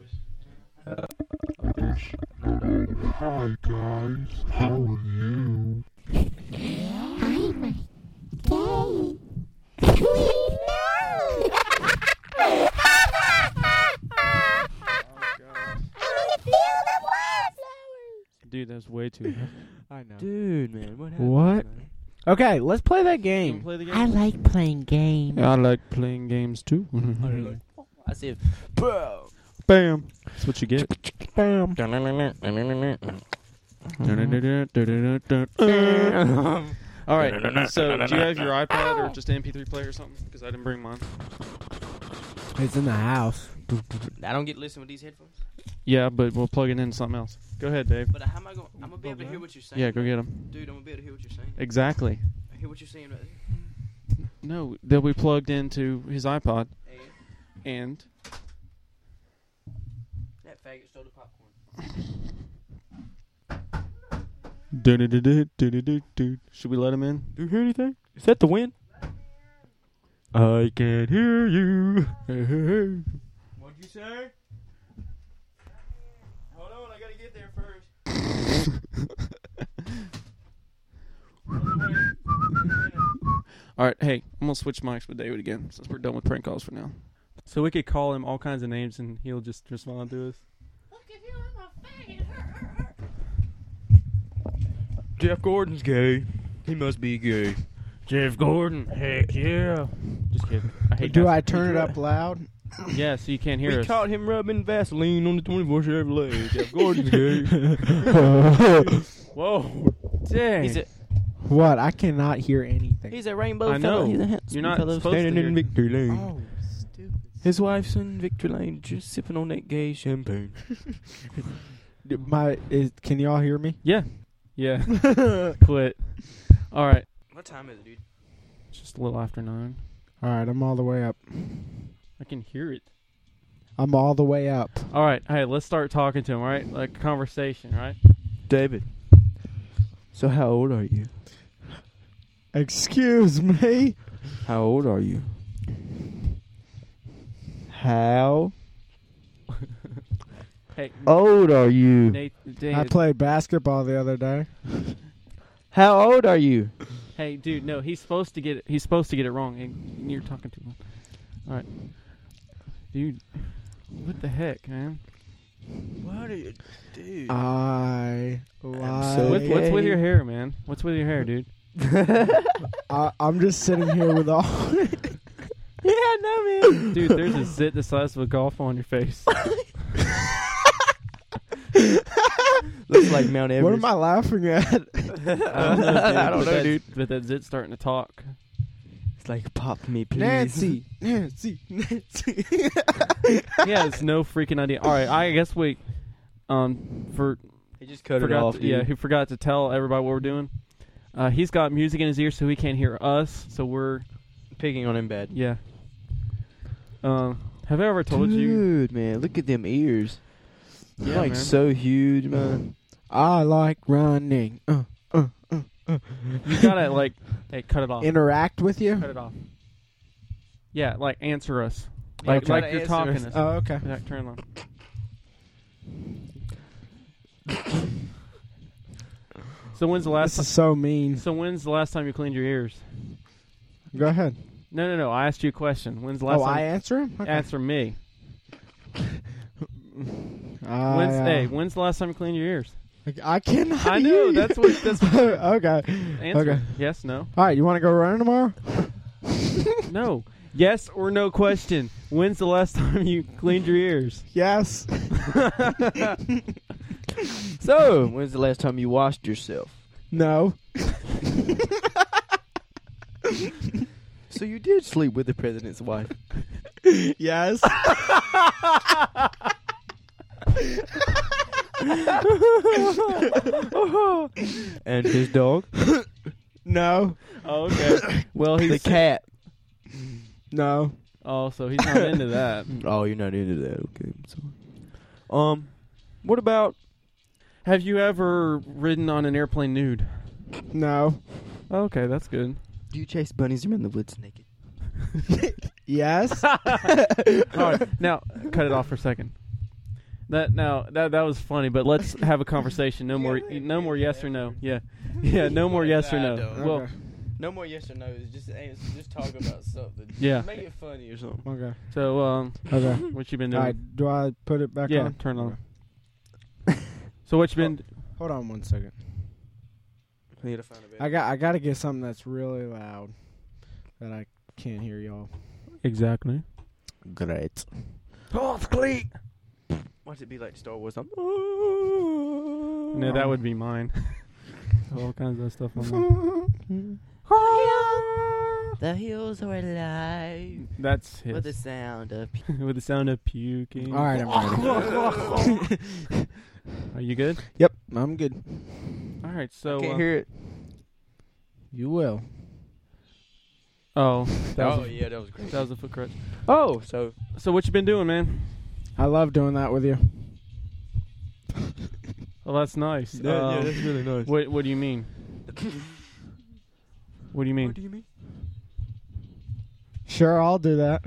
[SPEAKER 8] Hi guys, how are you?
[SPEAKER 9] I'm a gay queen [LAUGHS] nose. I'm in the field of wildflowers.
[SPEAKER 3] Dude, that's way too.
[SPEAKER 4] I know.
[SPEAKER 6] Dude, man, what happened?
[SPEAKER 4] What?
[SPEAKER 6] man?
[SPEAKER 4] Okay, let's play that
[SPEAKER 3] You wanna
[SPEAKER 4] game.
[SPEAKER 3] play the game?
[SPEAKER 5] I like playing games.
[SPEAKER 3] I like playing games [LAUGHS] too.
[SPEAKER 6] I said, bro.
[SPEAKER 3] Bam. That's what you [LAUGHS] get.
[SPEAKER 4] Bam.
[SPEAKER 6] [LAUGHS]
[SPEAKER 3] All right. So, do you have your iPad or just an MP3 player or something? Because I didn't bring mine.
[SPEAKER 4] It's in the house.
[SPEAKER 6] I don't get to listen with these headphones.
[SPEAKER 3] Yeah, but we'll plug it in something else. Go ahead, Dave.
[SPEAKER 6] But how am I going? I'm gonna be able to hear what you're saying.
[SPEAKER 3] Yeah, go get them.
[SPEAKER 6] Dude, I'm gonna be able to hear what you're saying.
[SPEAKER 3] Exactly.
[SPEAKER 6] I hear what you're saying right there.
[SPEAKER 3] No, they'll be plugged into his iPod. And
[SPEAKER 6] That faggot stole the popcorn.
[SPEAKER 3] should we let him in?
[SPEAKER 6] Do you hear anything? Is that the wind? I can't hear you. What'd you say? Hold on, I gotta get there first.
[SPEAKER 3] [LAUGHS] All right, hey, I'm gonna switch mics with David again since we're done with prank calls for now. So we could call him all kinds of names and he'll just respond to us.
[SPEAKER 6] Jeff Gordon's gay. He must be gay.
[SPEAKER 3] Jeff Gordon, heck yeah. Just kidding. I hate
[SPEAKER 4] Do I
[SPEAKER 3] guys-
[SPEAKER 4] turn it up loud?
[SPEAKER 3] Yeah, so you can't hear
[SPEAKER 6] we
[SPEAKER 3] us. [LAUGHS]
[SPEAKER 6] caught him rubbing Vaseline on the 24 Chevrolet. Jeff Gordon's gay. Whoa.
[SPEAKER 4] Dang.
[SPEAKER 6] He's a,
[SPEAKER 4] what? I cannot hear anything.
[SPEAKER 6] [LAUGHS] he's a rainbow
[SPEAKER 3] I
[SPEAKER 6] fellow.
[SPEAKER 3] know.
[SPEAKER 6] He's a handsome
[SPEAKER 3] You're not
[SPEAKER 6] fellow
[SPEAKER 3] supposed to
[SPEAKER 6] standing in
[SPEAKER 3] hear-
[SPEAKER 6] victory lane.
[SPEAKER 4] oh, stupid.
[SPEAKER 6] His wife's in victory lane just sipping on that gay champagne.
[SPEAKER 4] D- My is, can y'all hear me?
[SPEAKER 3] yeah. Yeah.
[SPEAKER 6] [LAUGHS]
[SPEAKER 3] Quit. All right.
[SPEAKER 6] What time is it, dude?
[SPEAKER 3] It's just a little after nine.
[SPEAKER 4] All right, I'm all the way up.
[SPEAKER 3] I can hear it.
[SPEAKER 4] I'm all the way up.
[SPEAKER 3] All right. Hey, let's start talking to him, all right? Like conversation, right?
[SPEAKER 6] David. So how old are you?
[SPEAKER 4] Excuse me.
[SPEAKER 6] How old are you?
[SPEAKER 4] How
[SPEAKER 3] Hey,
[SPEAKER 6] Oh.
[SPEAKER 4] old are you?
[SPEAKER 3] Nate,
[SPEAKER 4] I
[SPEAKER 3] David.
[SPEAKER 4] played basketball the other day.
[SPEAKER 6] How old are you?
[SPEAKER 3] hey, dude, no, he's supposed to get it. He's supposed to get it wrong, and you're talking to him. All right. Dude, what the heck, man?
[SPEAKER 6] What are you, dude?
[SPEAKER 4] I like.
[SPEAKER 6] so
[SPEAKER 3] What, what's with your hair, man? What's with your hair, dude?
[SPEAKER 4] I, I'm just sitting here with all. [LAUGHS]
[SPEAKER 6] yeah, I know, man.
[SPEAKER 3] Dude, there's a zit the size of a golf on your
[SPEAKER 6] [LAUGHS]
[SPEAKER 3] face.
[SPEAKER 6] [LAUGHS] Looks like Mount
[SPEAKER 4] what am
[SPEAKER 6] Everest.
[SPEAKER 4] I laughing at?
[SPEAKER 3] I don't know, dude.
[SPEAKER 6] I don't
[SPEAKER 3] but
[SPEAKER 6] know,
[SPEAKER 3] that-
[SPEAKER 6] dude.
[SPEAKER 3] But that zit's starting to talk.
[SPEAKER 6] It's like, pop me, please.
[SPEAKER 4] Nancy, Nancy, Nancy.
[SPEAKER 3] He has no freaking idea. All right, I guess we, um, for
[SPEAKER 6] He just cut it
[SPEAKER 3] forgot
[SPEAKER 6] off,
[SPEAKER 3] to-
[SPEAKER 6] dude.
[SPEAKER 3] yeah, he forgot to tell everybody what we're doing. Uh, he's got music in his ear, so he can't hear us. So we're
[SPEAKER 6] Picking on him bad.
[SPEAKER 3] yeah. Um, have I ever told you?
[SPEAKER 6] Dude, man, look at them ears. They're,
[SPEAKER 3] Yeah,
[SPEAKER 6] like
[SPEAKER 3] man.
[SPEAKER 6] so huge, man.
[SPEAKER 4] I like running. Uh, uh, uh, uh.
[SPEAKER 3] You gotta
[SPEAKER 6] [LAUGHS]
[SPEAKER 3] like, hey, cut it off.
[SPEAKER 4] interact with
[SPEAKER 3] cut
[SPEAKER 4] you.
[SPEAKER 3] it off. Yeah, like answer us.
[SPEAKER 6] Yeah,
[SPEAKER 3] Like
[SPEAKER 6] try
[SPEAKER 3] like
[SPEAKER 6] to
[SPEAKER 3] you're
[SPEAKER 6] answer
[SPEAKER 3] talking
[SPEAKER 6] us.
[SPEAKER 3] to us.
[SPEAKER 4] Oh, okay.
[SPEAKER 3] Yeah, turn it on. so when's the last?
[SPEAKER 4] This is so mean.
[SPEAKER 3] so when's the last time you cleaned your ears?
[SPEAKER 4] Go ahead.
[SPEAKER 3] No, no, no. I asked you a question. When's the last
[SPEAKER 4] Oh, I
[SPEAKER 3] time?
[SPEAKER 4] answer him. Okay.
[SPEAKER 3] Answer me.
[SPEAKER 4] I,
[SPEAKER 3] When's hey,
[SPEAKER 4] uh,
[SPEAKER 3] when's the last time you cleaned your ears?
[SPEAKER 4] I cannot.
[SPEAKER 3] I know,
[SPEAKER 4] hear you.
[SPEAKER 3] that's what- that's
[SPEAKER 4] [LAUGHS] okay.
[SPEAKER 3] Answer.
[SPEAKER 4] Okay.
[SPEAKER 3] Yes, no.
[SPEAKER 4] All right. You want to go running tomorrow?
[SPEAKER 3] No. Yes or no question. When's the last [LAUGHS] time you cleaned your ears? [LAUGHS]
[SPEAKER 4] Yes. [LAUGHS]
[SPEAKER 6] So, when's the last time you washed yourself?
[SPEAKER 4] No. [LAUGHS]
[SPEAKER 6] So you did sleep with the president's [LAUGHS] wife.
[SPEAKER 4] Yes.
[SPEAKER 6] and his [LAUGHS] dog?
[SPEAKER 4] no.
[SPEAKER 3] Oh, okay. Well,
[SPEAKER 6] The
[SPEAKER 3] he's
[SPEAKER 6] cat.
[SPEAKER 4] No.
[SPEAKER 3] oh, so he's not into that.
[SPEAKER 4] [LAUGHS]
[SPEAKER 6] Oh, you're not into that. Okay, I'm sorry. Um, what about
[SPEAKER 3] Have you ever ridden on an airplane nude?
[SPEAKER 4] No.
[SPEAKER 3] Okay, that's good.
[SPEAKER 6] do you chase bunnies around the woods naked?
[SPEAKER 4] Yes.
[SPEAKER 3] All right, now cut it off for a second. That now that that was funny, but let's have a conversation. No more, no more yes or no. Yeah, yeah, no
[SPEAKER 6] [LAUGHS]
[SPEAKER 3] more yes or no. [LAUGHS] Well,
[SPEAKER 4] Okay.
[SPEAKER 6] No more yes or no's. Just ans- just talk about something.
[SPEAKER 3] Yeah.
[SPEAKER 6] Make it funny or something.
[SPEAKER 4] Okay.
[SPEAKER 3] so um,
[SPEAKER 4] Okay.
[SPEAKER 3] [LAUGHS] what you been
[SPEAKER 4] All
[SPEAKER 3] doing?
[SPEAKER 4] right. Do I put it back
[SPEAKER 3] yeah,
[SPEAKER 4] on?
[SPEAKER 3] turn on.
[SPEAKER 4] [LAUGHS]
[SPEAKER 3] so what you been?
[SPEAKER 4] Hold on one second.
[SPEAKER 6] I need to find a better.
[SPEAKER 4] I got I got to get something that's really loud that I can't hear y'all.
[SPEAKER 3] Exactly.
[SPEAKER 4] Great.
[SPEAKER 6] What's it be like "Oh, Star Wars? I'm,
[SPEAKER 3] No, that would be mine. [LAUGHS] All kinds of stuff on there.
[SPEAKER 6] the hills are alive
[SPEAKER 3] [LAUGHS] That's his.
[SPEAKER 6] with the sound of.
[SPEAKER 3] [LAUGHS] with the sound of puking.
[SPEAKER 4] All right, I'm ready.
[SPEAKER 6] [LAUGHS]
[SPEAKER 3] Are you good?
[SPEAKER 4] yep, I'm good.
[SPEAKER 3] All right. So. uh,
[SPEAKER 6] hear it.
[SPEAKER 4] You will.
[SPEAKER 3] Oh, that was,
[SPEAKER 6] Oh yeah, that was
[SPEAKER 3] a,
[SPEAKER 6] great.
[SPEAKER 3] that was a foot crutch.
[SPEAKER 6] oh, so
[SPEAKER 3] So what you been doing, man?
[SPEAKER 4] I love doing that with you.
[SPEAKER 3] Well, that's nice. Um,
[SPEAKER 6] really nice.
[SPEAKER 3] What What do you mean? what do you mean?
[SPEAKER 6] you mean?
[SPEAKER 4] Sure, I'll do that.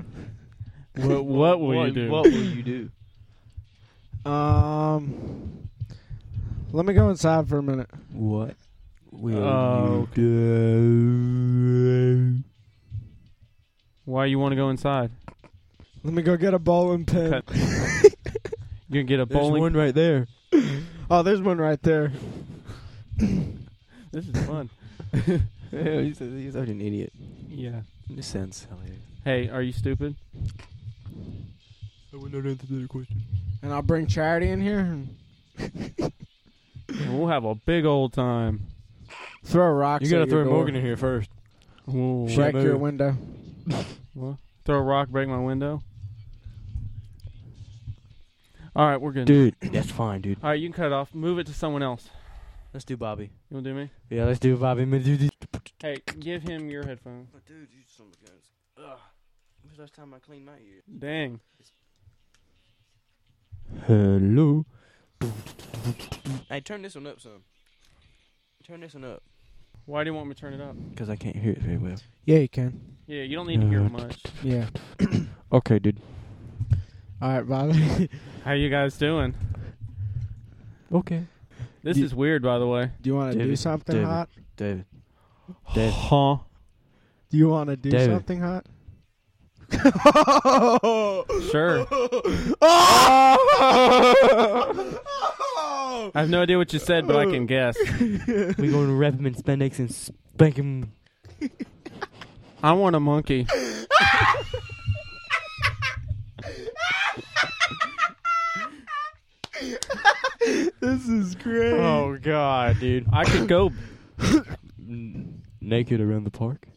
[SPEAKER 3] What What will
[SPEAKER 6] [LAUGHS] what,
[SPEAKER 3] you do?
[SPEAKER 6] What will you do?
[SPEAKER 4] Um, let me go inside for a minute.
[SPEAKER 6] What will
[SPEAKER 3] Oh,
[SPEAKER 6] you do?
[SPEAKER 3] Why you want to go inside?
[SPEAKER 4] Let me go get a bowling
[SPEAKER 6] Uh,
[SPEAKER 4] pin.
[SPEAKER 6] [LAUGHS]
[SPEAKER 3] Okay. You gonna get a bowling?
[SPEAKER 6] right [LAUGHS] there.
[SPEAKER 4] [LAUGHS] Oh, there's one right there.
[SPEAKER 3] This is fun.
[SPEAKER 6] he's, he's such an idiot.
[SPEAKER 3] yeah.
[SPEAKER 6] This sounds silly.
[SPEAKER 3] Hey, are you stupid?
[SPEAKER 6] I would not answer the question.
[SPEAKER 4] And I'll bring Charity in here and
[SPEAKER 3] We'll have a big old time.
[SPEAKER 4] throw rocks.
[SPEAKER 6] You gotta
[SPEAKER 4] at your
[SPEAKER 6] throw
[SPEAKER 4] door.
[SPEAKER 6] Morgan in here first.
[SPEAKER 3] Ooh.
[SPEAKER 6] Shit.
[SPEAKER 4] Break
[SPEAKER 6] Shamu.
[SPEAKER 4] your window.
[SPEAKER 3] What? Throw a rock, break my window. All right, we're good.
[SPEAKER 6] Dude, that's fine, dude.
[SPEAKER 3] All right, you can cut it off. Move it to someone else.
[SPEAKER 6] Let's do Bobby.
[SPEAKER 3] You wanna do me?
[SPEAKER 6] Yeah, let's do Bobby. Dude,
[SPEAKER 3] Hey, give him your headphone.
[SPEAKER 6] you some guys. Ugh. When's the last time I cleaned my ear?
[SPEAKER 3] Dang.
[SPEAKER 6] Hello. Hey, turn this one up some. Turn this one up.
[SPEAKER 3] Why do you want me to turn it up?
[SPEAKER 6] Because I can't hear it very well.
[SPEAKER 4] Yeah, you can.
[SPEAKER 3] Yeah, you don't need to hear
[SPEAKER 6] Uh,
[SPEAKER 3] much.
[SPEAKER 4] Yeah.
[SPEAKER 6] Okay, dude.
[SPEAKER 4] All right, Bobby. [LAUGHS]
[SPEAKER 3] How you guys doing?
[SPEAKER 6] Okay.
[SPEAKER 3] This
[SPEAKER 4] You-
[SPEAKER 3] is weird, by the way.
[SPEAKER 4] do you want to do
[SPEAKER 6] David,
[SPEAKER 4] something
[SPEAKER 6] David.
[SPEAKER 4] hot?
[SPEAKER 6] David. David.
[SPEAKER 3] Huh?
[SPEAKER 4] Do you want to do
[SPEAKER 6] David.
[SPEAKER 4] something [LAUGHS] hot?
[SPEAKER 3] Sure. I have no idea what you said, but I can guess.
[SPEAKER 6] We're going to wrap him in spandex and spank him.
[SPEAKER 3] I want a monkey.
[SPEAKER 4] [LAUGHS] this is great.
[SPEAKER 6] [LAUGHS]
[SPEAKER 3] Oh God, dude! I could go.
[SPEAKER 6] Naked around the park?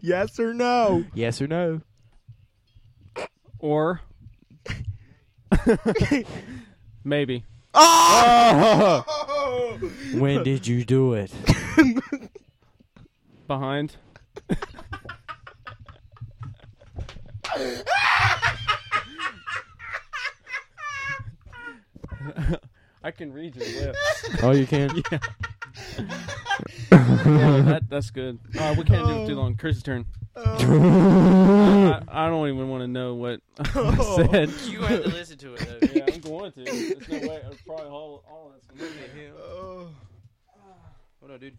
[SPEAKER 4] Yes or [LAUGHS] no?
[SPEAKER 6] Yes or [LAUGHS] no?
[SPEAKER 3] Or maybe.
[SPEAKER 6] When did you do it?
[SPEAKER 3] behind. I can read your lips.
[SPEAKER 6] Oh, you [LAUGHS] can?
[SPEAKER 3] Yeah, that, that's good. Uh, we can't do it too
[SPEAKER 6] Oh.
[SPEAKER 3] long. Chris's turn. I, I don't even want to know
[SPEAKER 6] [LAUGHS]
[SPEAKER 3] what [LAUGHS] I said.
[SPEAKER 6] you have to listen to it, though.
[SPEAKER 3] Yeah, I'm going to. There's no way. Probably all, all that's going to be
[SPEAKER 6] Hold on, dude.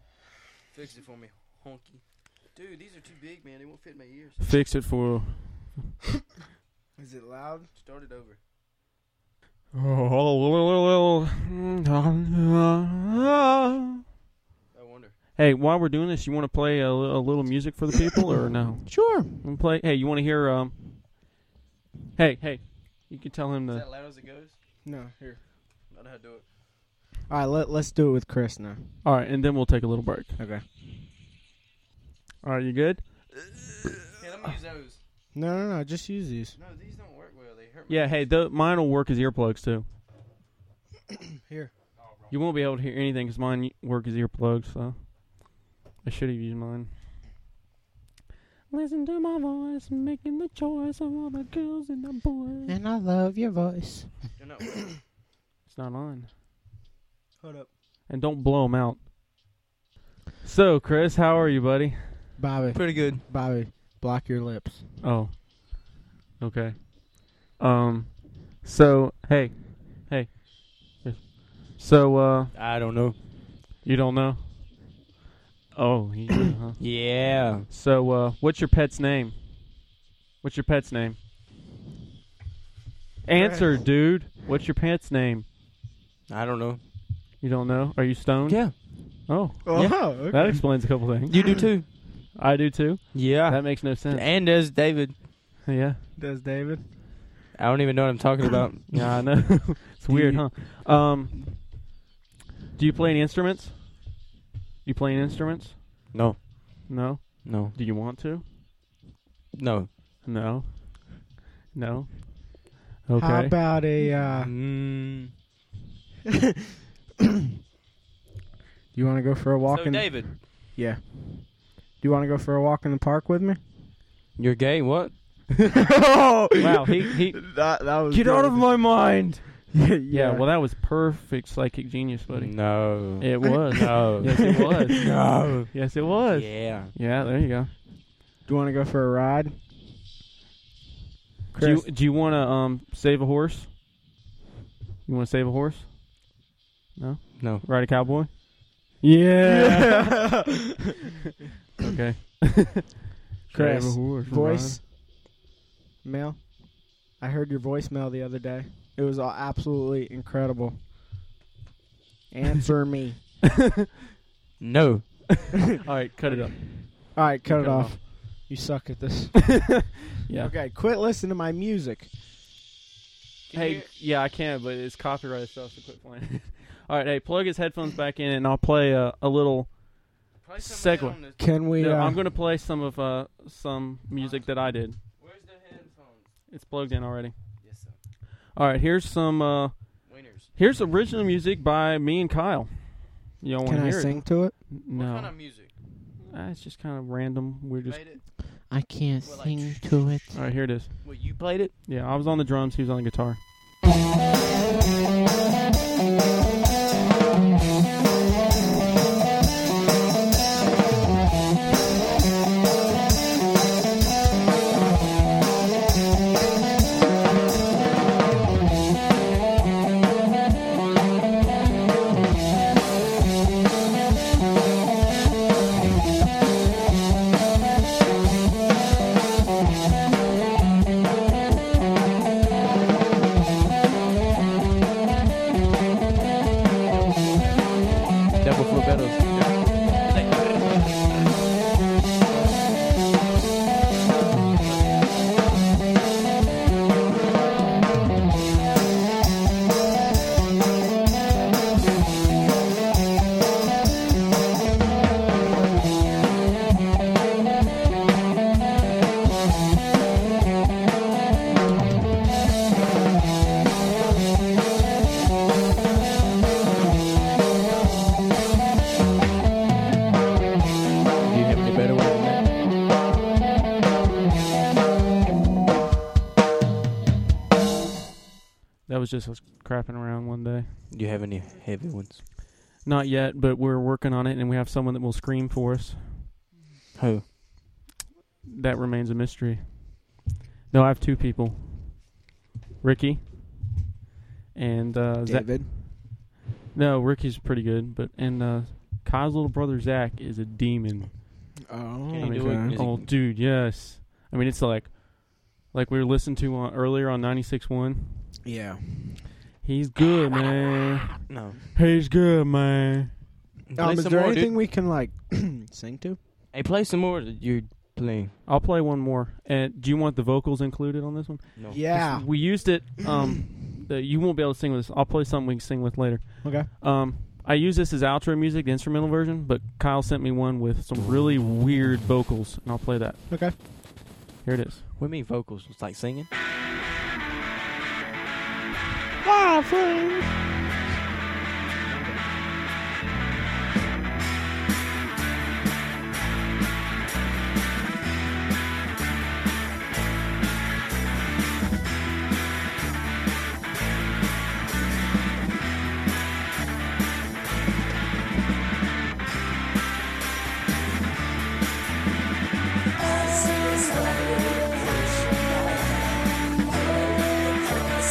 [SPEAKER 6] Fix it for me, honky. Dude, these are too big, man. They won't fit in my ears.
[SPEAKER 3] Fix it for.
[SPEAKER 4] Is it loud?
[SPEAKER 6] Start it over. I wonder.
[SPEAKER 3] [LAUGHS] Hey, while we're doing this, you want to play a, li- a little music for the people or no?
[SPEAKER 4] Sure.
[SPEAKER 3] Wanna Play. Hey, you want to hear? Um. Hey, hey, you can tell him
[SPEAKER 6] Is
[SPEAKER 3] the.
[SPEAKER 6] that loud as it goes?
[SPEAKER 4] No, here.
[SPEAKER 6] I don't know how to do it.
[SPEAKER 4] All right, let, let's do it with Chris now.
[SPEAKER 3] All right, and then we'll take a little break.
[SPEAKER 4] Okay.
[SPEAKER 3] All right, you good?
[SPEAKER 6] Hey, let me use those.
[SPEAKER 4] No, no, no. Just use these.
[SPEAKER 6] No, these don't work well. They hurt
[SPEAKER 3] Yeah. Hey, th- mine will work as earplugs too.
[SPEAKER 4] Here.
[SPEAKER 3] You won't be able to hear anything because mine y- work as earplugs. So I should have used mine. Listen to my voice, making the choice of all the girls and the boys.
[SPEAKER 4] And I love your voice.
[SPEAKER 6] They're not working.
[SPEAKER 3] It's not on.
[SPEAKER 4] Hold up,
[SPEAKER 3] And don't blow them out. So, Chris, how are you, buddy?
[SPEAKER 4] Bobby.
[SPEAKER 6] Pretty good.
[SPEAKER 4] Bobby, block your lips.
[SPEAKER 3] Oh. Okay. Um, so hey, hey, so uh,
[SPEAKER 6] I don't know.
[SPEAKER 3] you don't know? Oh, he, huh?
[SPEAKER 6] Yeah.
[SPEAKER 3] so uh, what's your pet's name? What's your pet's name? Answer, dude. What's your pet's name?
[SPEAKER 6] I don't know.
[SPEAKER 3] You don't know? Are you stoned?
[SPEAKER 6] Yeah.
[SPEAKER 3] Oh,
[SPEAKER 6] Oh,
[SPEAKER 3] that explains a couple things.
[SPEAKER 6] You do Ah. too.
[SPEAKER 3] I do too.
[SPEAKER 6] Yeah.
[SPEAKER 3] That makes no sense.
[SPEAKER 6] And as David.
[SPEAKER 3] Yeah.
[SPEAKER 4] Does David?
[SPEAKER 6] I don't even know what I'm talking [LAUGHS] about.
[SPEAKER 3] Yeah, I know. [LAUGHS] it's weird,
[SPEAKER 4] you-
[SPEAKER 3] huh? Um, do you play any instruments? You play any instruments?
[SPEAKER 6] No.
[SPEAKER 3] No.
[SPEAKER 6] No.
[SPEAKER 3] Do you want to?
[SPEAKER 6] No.
[SPEAKER 3] No. No. Okay.
[SPEAKER 4] How about a? Uh,
[SPEAKER 6] Mm.
[SPEAKER 4] you want to go for a walk
[SPEAKER 6] So
[SPEAKER 4] in?
[SPEAKER 6] David,
[SPEAKER 4] Yeah. Do you want to go for a walk in the park with me?
[SPEAKER 6] you're gay. What?
[SPEAKER 3] wow. He
[SPEAKER 6] [LAUGHS]
[SPEAKER 3] he.
[SPEAKER 4] That, that was
[SPEAKER 3] mind.
[SPEAKER 4] [LAUGHS] yeah,
[SPEAKER 3] Yeah. Well, that was perfect psychic genius, buddy.
[SPEAKER 6] No.
[SPEAKER 3] It was.
[SPEAKER 6] [LAUGHS] No.
[SPEAKER 3] yes, it was.
[SPEAKER 6] [LAUGHS] No.
[SPEAKER 3] Yes, it was. Yeah.
[SPEAKER 6] Yeah.
[SPEAKER 3] there you go.
[SPEAKER 4] Do you want to go for a ride?
[SPEAKER 3] Do you,
[SPEAKER 4] Chris,
[SPEAKER 3] do you want to um save a horse? You want to save a horse?
[SPEAKER 6] No.
[SPEAKER 3] Ride a cowboy?
[SPEAKER 4] Yeah.
[SPEAKER 3] okay.
[SPEAKER 4] [LAUGHS] Chris,
[SPEAKER 3] Save a horse,
[SPEAKER 4] voice mail. I heard your voicemail the other day. It was all absolutely incredible. Answer me.
[SPEAKER 6] No.
[SPEAKER 3] [LAUGHS] All right, cut
[SPEAKER 4] [LAUGHS]
[SPEAKER 3] it up.
[SPEAKER 4] All right, cut
[SPEAKER 3] Cut
[SPEAKER 4] it
[SPEAKER 3] it
[SPEAKER 4] off. You suck at this.
[SPEAKER 3] Yeah.
[SPEAKER 4] Okay, quit listening to my music.
[SPEAKER 3] Hey, yeah, I can, but it's copyrighted stuff, so quit playing. [LAUGHS] All right, hey, plug his headphones back in, and I'll play a, a little. Segue.
[SPEAKER 4] Can we?
[SPEAKER 3] No,
[SPEAKER 4] uh,
[SPEAKER 3] I'm gonna play some of uh some music that I did.
[SPEAKER 6] Where's the headphones?
[SPEAKER 3] It's plugged in already.
[SPEAKER 6] Yes, sir.
[SPEAKER 3] All right, here's some. uh
[SPEAKER 6] Winners.
[SPEAKER 3] Here's original music by me and Kyle. You don't want
[SPEAKER 4] Can
[SPEAKER 3] to
[SPEAKER 4] I
[SPEAKER 3] hear
[SPEAKER 4] sing to it?
[SPEAKER 3] it? No,
[SPEAKER 6] music?
[SPEAKER 3] Ah, it's just kind of random. We're just.
[SPEAKER 6] it?
[SPEAKER 5] I can't
[SPEAKER 6] Well, like-
[SPEAKER 5] sing to it.
[SPEAKER 3] All right, here it is.
[SPEAKER 6] Well, you played it?
[SPEAKER 3] Yeah, I was on the drums. He was on the guitar.
[SPEAKER 6] Double flip pedals. Do you have any better one than that?
[SPEAKER 3] That was just us crapping around one day.
[SPEAKER 6] Do you have any heavy ones?
[SPEAKER 3] Not yet, but we're working on it, and we have someone that will scream for us.
[SPEAKER 6] Who?
[SPEAKER 3] That remains a mystery. No, I have two people Ricky and uh, Zach.
[SPEAKER 4] David.
[SPEAKER 3] No, Ricky's pretty good, but and uh, Kyle's little brother Zach is a demon.
[SPEAKER 4] Oh,
[SPEAKER 6] Can
[SPEAKER 3] I mean,
[SPEAKER 6] do it? Is he-
[SPEAKER 3] oh, dude, yes. I mean, it's like like we were listening to on, earlier on 96.1.
[SPEAKER 4] yeah.
[SPEAKER 3] He's good, man.
[SPEAKER 6] No.
[SPEAKER 3] He's good, man.
[SPEAKER 6] Play
[SPEAKER 4] Um, is
[SPEAKER 6] some
[SPEAKER 4] there
[SPEAKER 6] more,
[SPEAKER 4] anything
[SPEAKER 6] dude.
[SPEAKER 4] we can like [CLEARS THROAT] sing to?
[SPEAKER 6] Hey, play some more that you're playing.
[SPEAKER 3] I'll play one more. And do you want the vocals included on this one?
[SPEAKER 6] No.
[SPEAKER 4] Yeah.
[SPEAKER 3] We used it. Um, the, you won't be able to sing with this. I'll play something we can sing with later.
[SPEAKER 4] Okay.
[SPEAKER 3] Um, I use this as outro music, the instrumental version, but Kyle sent me one with some really weird vocals, and I'll play that.
[SPEAKER 4] Okay.
[SPEAKER 3] Here it is.
[SPEAKER 6] What do you mean vocals? It's like singing?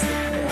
[SPEAKER 9] Thank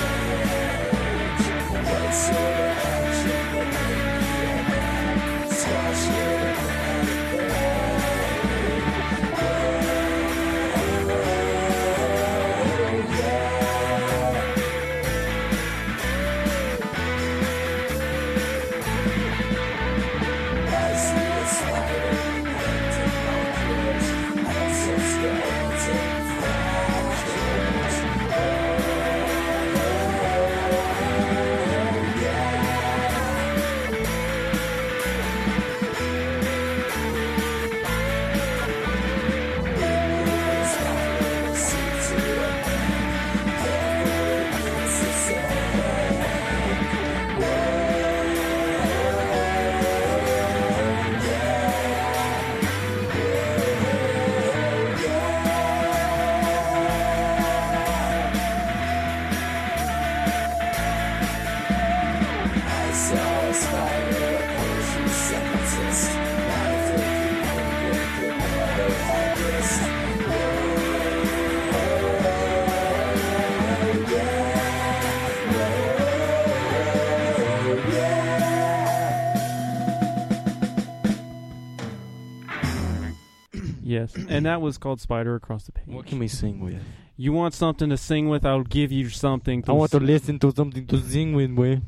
[SPEAKER 8] [CLEARS THROAT]
[SPEAKER 3] Yes, and that was called Spider Across the Page.
[SPEAKER 6] What can we sing with?
[SPEAKER 3] You want something to sing with? I'll give you something. To
[SPEAKER 6] I want to
[SPEAKER 3] s-
[SPEAKER 6] listen to something to sing with, boy.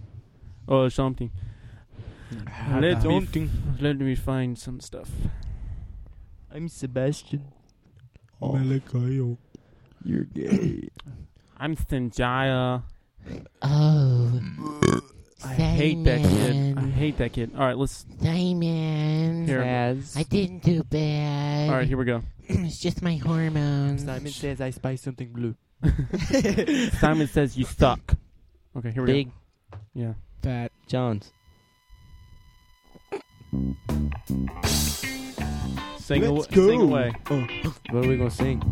[SPEAKER 3] or something.
[SPEAKER 8] Ah,
[SPEAKER 3] Let me, f-
[SPEAKER 6] Something.
[SPEAKER 3] let me find some stuff.
[SPEAKER 6] I'm Sebastian.
[SPEAKER 8] Malakayo.
[SPEAKER 6] You're gay.
[SPEAKER 3] I'm Sanjaya.
[SPEAKER 5] Oh,
[SPEAKER 3] I hate that kid. I hate that kid. All right, let's.
[SPEAKER 5] Diamond.
[SPEAKER 3] Here.
[SPEAKER 5] I didn't do bad.
[SPEAKER 3] All right, here
[SPEAKER 8] [LAUGHS]
[SPEAKER 3] we go. [LAUGHS]
[SPEAKER 5] it's just my hormones.
[SPEAKER 6] Simon says I spy something blue.
[SPEAKER 3] Simon says you suck. Okay, here we
[SPEAKER 6] Big
[SPEAKER 3] go. Yeah.
[SPEAKER 4] That
[SPEAKER 6] John's.
[SPEAKER 3] Sing,
[SPEAKER 8] Let's
[SPEAKER 3] awa-
[SPEAKER 8] go.
[SPEAKER 3] sing away.
[SPEAKER 6] What are we gonna sing?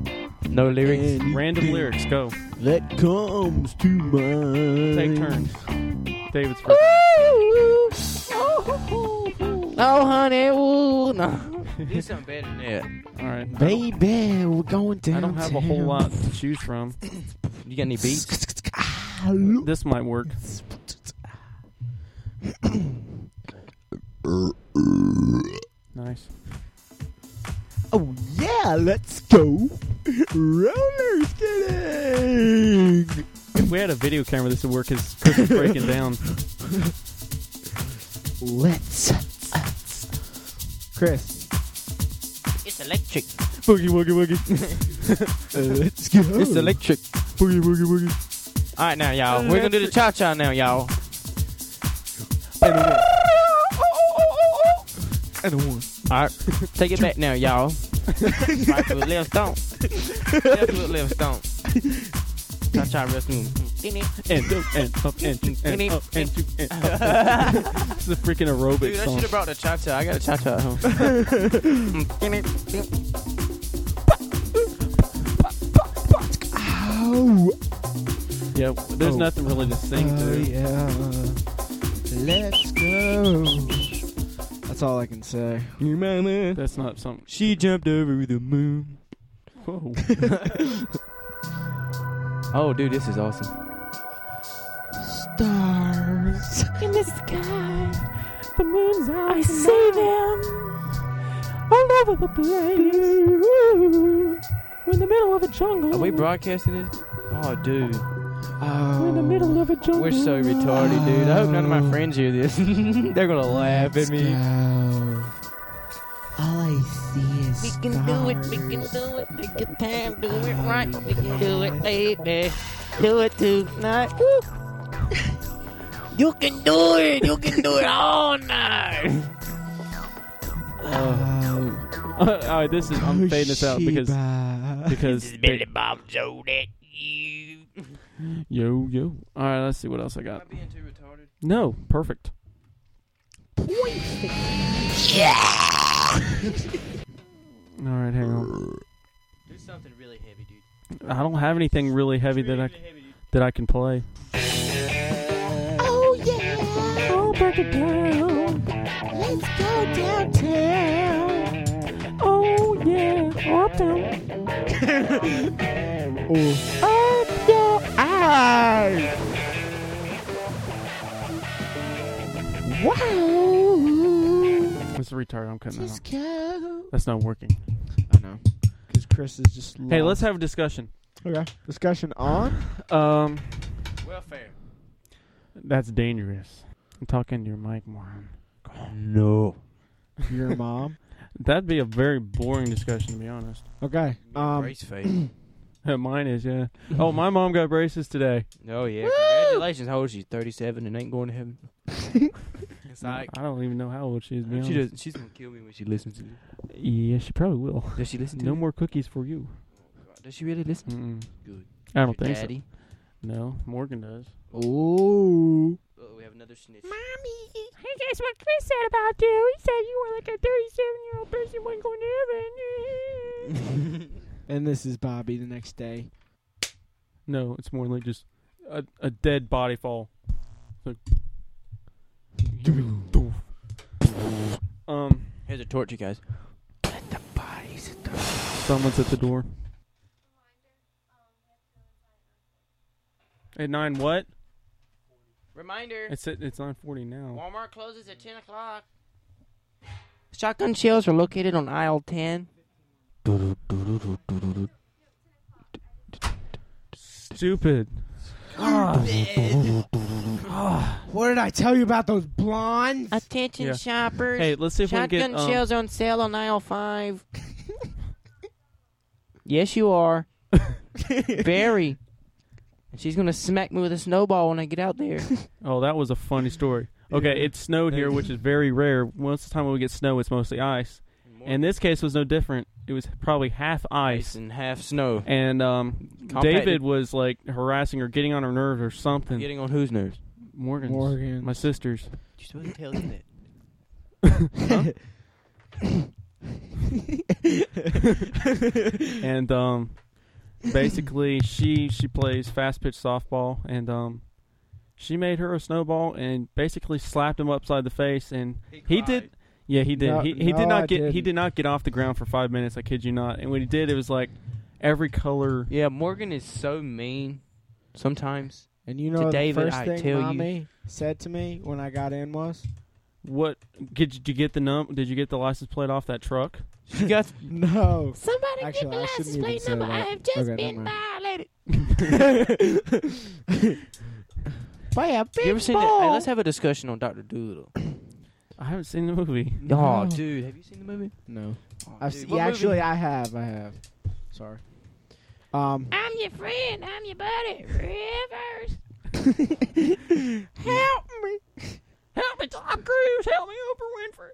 [SPEAKER 6] No lyrics.
[SPEAKER 3] Random lyrics. Go.
[SPEAKER 8] That comes to mind.
[SPEAKER 3] Take turns. David's first.
[SPEAKER 6] Oh, honey, ooh, [LAUGHS] no. Do something better than that.
[SPEAKER 3] All right. I don't-
[SPEAKER 4] baby, we're going down.
[SPEAKER 3] I don't have a whole lot to choose from.
[SPEAKER 6] You got any beats?
[SPEAKER 3] This might work. Nice.
[SPEAKER 8] Oh yeah, let's go. Roller skating.
[SPEAKER 3] If we had a video camera, this would work. His Chris is breaking down.
[SPEAKER 4] Let's. Chris.
[SPEAKER 5] It's electric.
[SPEAKER 3] Boogie woogie woogie.
[SPEAKER 4] [LAUGHS]
[SPEAKER 8] let's go.
[SPEAKER 6] It's electric.
[SPEAKER 8] Boogie boogie boogie.
[SPEAKER 6] All right, now y'all, we're gonna do the cha cha now, y'all.
[SPEAKER 8] And a one.
[SPEAKER 6] All right, take it back now, y'all. right foot, left stomp. Left foot, left stomp. Cha cha wrestling.
[SPEAKER 3] And up and up and two and up and two and up. This is a freaking aerobic
[SPEAKER 6] Dude, I should
[SPEAKER 3] song.
[SPEAKER 6] have brought the cha cha. I got a cha cha at home.
[SPEAKER 8] Oh,
[SPEAKER 3] Yeah, there's nothing really to sing
[SPEAKER 4] Oh,
[SPEAKER 3] to.
[SPEAKER 4] yeah. Let's go. That's all I can say.
[SPEAKER 6] Your mama,
[SPEAKER 3] That's not something.
[SPEAKER 6] she jumped over the moon.
[SPEAKER 3] Whoa.
[SPEAKER 6] Oh, dude, this is awesome.
[SPEAKER 4] Stars.
[SPEAKER 9] In the sky.
[SPEAKER 4] The moon's out.
[SPEAKER 9] I see them.
[SPEAKER 4] all over the place. We're in the middle of a jungle.
[SPEAKER 6] Are we broadcasting this? Oh, dude,
[SPEAKER 4] Oh. We're in the middle of a jungle.
[SPEAKER 6] we're so retarded, dude. I hope none of my friends hear this. [LAUGHS] They're gonna laugh at me.
[SPEAKER 4] All I see is
[SPEAKER 5] We can do it, we can do it, take your time, do it right, we can do it, baby. Do it tonight. Woo.
[SPEAKER 4] [LAUGHS]
[SPEAKER 5] You can do it, you can do it all night.
[SPEAKER 4] Oh,
[SPEAKER 3] [LAUGHS] All right, this is. I'm fading this out because because
[SPEAKER 5] Billy Bob Joe, that you.
[SPEAKER 3] yo yo. All right, let's see what else I got.
[SPEAKER 6] being too retarded?
[SPEAKER 3] No, perfect. All right, hang on.
[SPEAKER 6] Do something really heavy, dude.
[SPEAKER 3] I don't have anything really heavy that I that I can play.
[SPEAKER 9] Oh yeah. Oh, break it down. Let's go downtown. Oh yeah. Or
[SPEAKER 3] [LAUGHS]
[SPEAKER 9] uptown. Up your eyes. Wow.
[SPEAKER 3] That's a retard. I'm cutting that
[SPEAKER 9] Just
[SPEAKER 3] out.
[SPEAKER 9] go.
[SPEAKER 3] That's not working.
[SPEAKER 4] I know. Because Chris is just.
[SPEAKER 3] Hey, let's have a discussion.
[SPEAKER 4] Okay. Discussion on.
[SPEAKER 3] Um,
[SPEAKER 6] Welfare.
[SPEAKER 3] that's dangerous. I'm talking to your mic, moron.
[SPEAKER 6] No.
[SPEAKER 4] Your mom.
[SPEAKER 3] That'd be a very boring discussion, to be honest.
[SPEAKER 4] Okay. Um.
[SPEAKER 6] Brace face.
[SPEAKER 3] [LAUGHS] Mine is, yeah. Oh, my mom got braces today.
[SPEAKER 6] oh yeah. Congratulations. How old is she? Thirty-seven and ain't going to heaven. [LAUGHS] it's like
[SPEAKER 3] I don't even know how old she is. to be
[SPEAKER 6] she
[SPEAKER 3] honest.
[SPEAKER 6] does. She's gonna kill me when she listens to this.
[SPEAKER 3] Yeah, she probably will.
[SPEAKER 6] Does she listen? To
[SPEAKER 3] No
[SPEAKER 6] this?
[SPEAKER 3] more cookies for you.
[SPEAKER 6] Does she really listen?
[SPEAKER 3] Mm-mm.
[SPEAKER 6] Good.
[SPEAKER 3] I don't think
[SPEAKER 6] Daddy.
[SPEAKER 3] so. No, Morgan does.
[SPEAKER 4] Ooh.
[SPEAKER 6] Oh, we have another snitch.
[SPEAKER 9] Mommy. Hey, guess what Chris said about you? He said you were like a 37 year old person, wasn't going to heaven.
[SPEAKER 4] And this is Bobby the next day.
[SPEAKER 3] No, it's more like just a, a dead body fall. It's like- um,
[SPEAKER 6] [LAUGHS] Here's a torch, you guys.
[SPEAKER 3] someone's at the door. At nine what?
[SPEAKER 5] Reminder
[SPEAKER 3] It's at, it's nine forty now.
[SPEAKER 5] Walmart closes at 10 o'clock. Shotgun shells are located on aisle 10.
[SPEAKER 3] Stupid.
[SPEAKER 4] What did I tell you about those blondes?
[SPEAKER 5] Attention
[SPEAKER 3] Yeah.
[SPEAKER 5] shoppers.
[SPEAKER 3] Hey, let's see if we can
[SPEAKER 5] Shotgun
[SPEAKER 3] get, um,
[SPEAKER 5] shells on sale on aisle five. [LAUGHS] yes, you are. [LAUGHS] Very. And she's gonna smack me with a snowball when I get out there.
[SPEAKER 3] Oh, that was a funny story. Okay, it snowed here, which is very rare. Most of the time when we get snow, it's mostly ice. And this case was no different. It was probably half
[SPEAKER 6] ice
[SPEAKER 3] ice.
[SPEAKER 6] and half snow.
[SPEAKER 3] And um,
[SPEAKER 6] Compacted.
[SPEAKER 3] David was like harassing or getting on her nerves or something.
[SPEAKER 6] Getting on whose nerves?
[SPEAKER 3] Morgan's.
[SPEAKER 4] Morgan.
[SPEAKER 3] My sister's.
[SPEAKER 6] You supposed to tell him that.
[SPEAKER 3] and um, basically she she plays fast pitch softball and um, she made her a snowball and basically slapped him upside the face and he, did yeah he did
[SPEAKER 4] No-
[SPEAKER 3] he, he
[SPEAKER 4] no,
[SPEAKER 3] did not
[SPEAKER 4] I
[SPEAKER 3] get he
[SPEAKER 4] didn't.
[SPEAKER 3] did not get off the ground for five minutes I kid you not and when he did it was like every color
[SPEAKER 6] Yeah, Morgan is so mean sometimes.
[SPEAKER 4] And you
[SPEAKER 6] To
[SPEAKER 4] know the
[SPEAKER 6] David,
[SPEAKER 4] first
[SPEAKER 6] I
[SPEAKER 4] thing
[SPEAKER 6] tell you.
[SPEAKER 4] mommy said to me when I got in [LAUGHS] was,
[SPEAKER 3] what did you, did you get the num did you get the license plate off that truck
[SPEAKER 6] [LAUGHS] She got
[SPEAKER 4] "No."
[SPEAKER 5] Somebody
[SPEAKER 4] Actually,
[SPEAKER 5] get the
[SPEAKER 4] I
[SPEAKER 5] license
[SPEAKER 4] shouldn't even
[SPEAKER 5] plate
[SPEAKER 4] say
[SPEAKER 5] number. I
[SPEAKER 4] that.
[SPEAKER 5] have just
[SPEAKER 4] Okay,
[SPEAKER 5] been
[SPEAKER 4] never mind.
[SPEAKER 5] violated.
[SPEAKER 4] [LAUGHS] By a big
[SPEAKER 6] You ever seen that? Hey, let's have a discussion on Doctor [LAUGHS] Doolittle.
[SPEAKER 3] I haven't seen the movie
[SPEAKER 6] Oh, dude, have you seen the movie?
[SPEAKER 4] No.
[SPEAKER 6] Oh,
[SPEAKER 4] I've
[SPEAKER 6] dude,
[SPEAKER 4] se-
[SPEAKER 6] what
[SPEAKER 4] yeah,
[SPEAKER 6] movie?
[SPEAKER 4] actually, I have. I have. Sorry. Um.
[SPEAKER 5] I'm your friend. I'm your buddy. [LAUGHS] Rivers.
[SPEAKER 4] Help me!
[SPEAKER 5] Help me, Tom Cruise. Help me, Oprah Winfrey.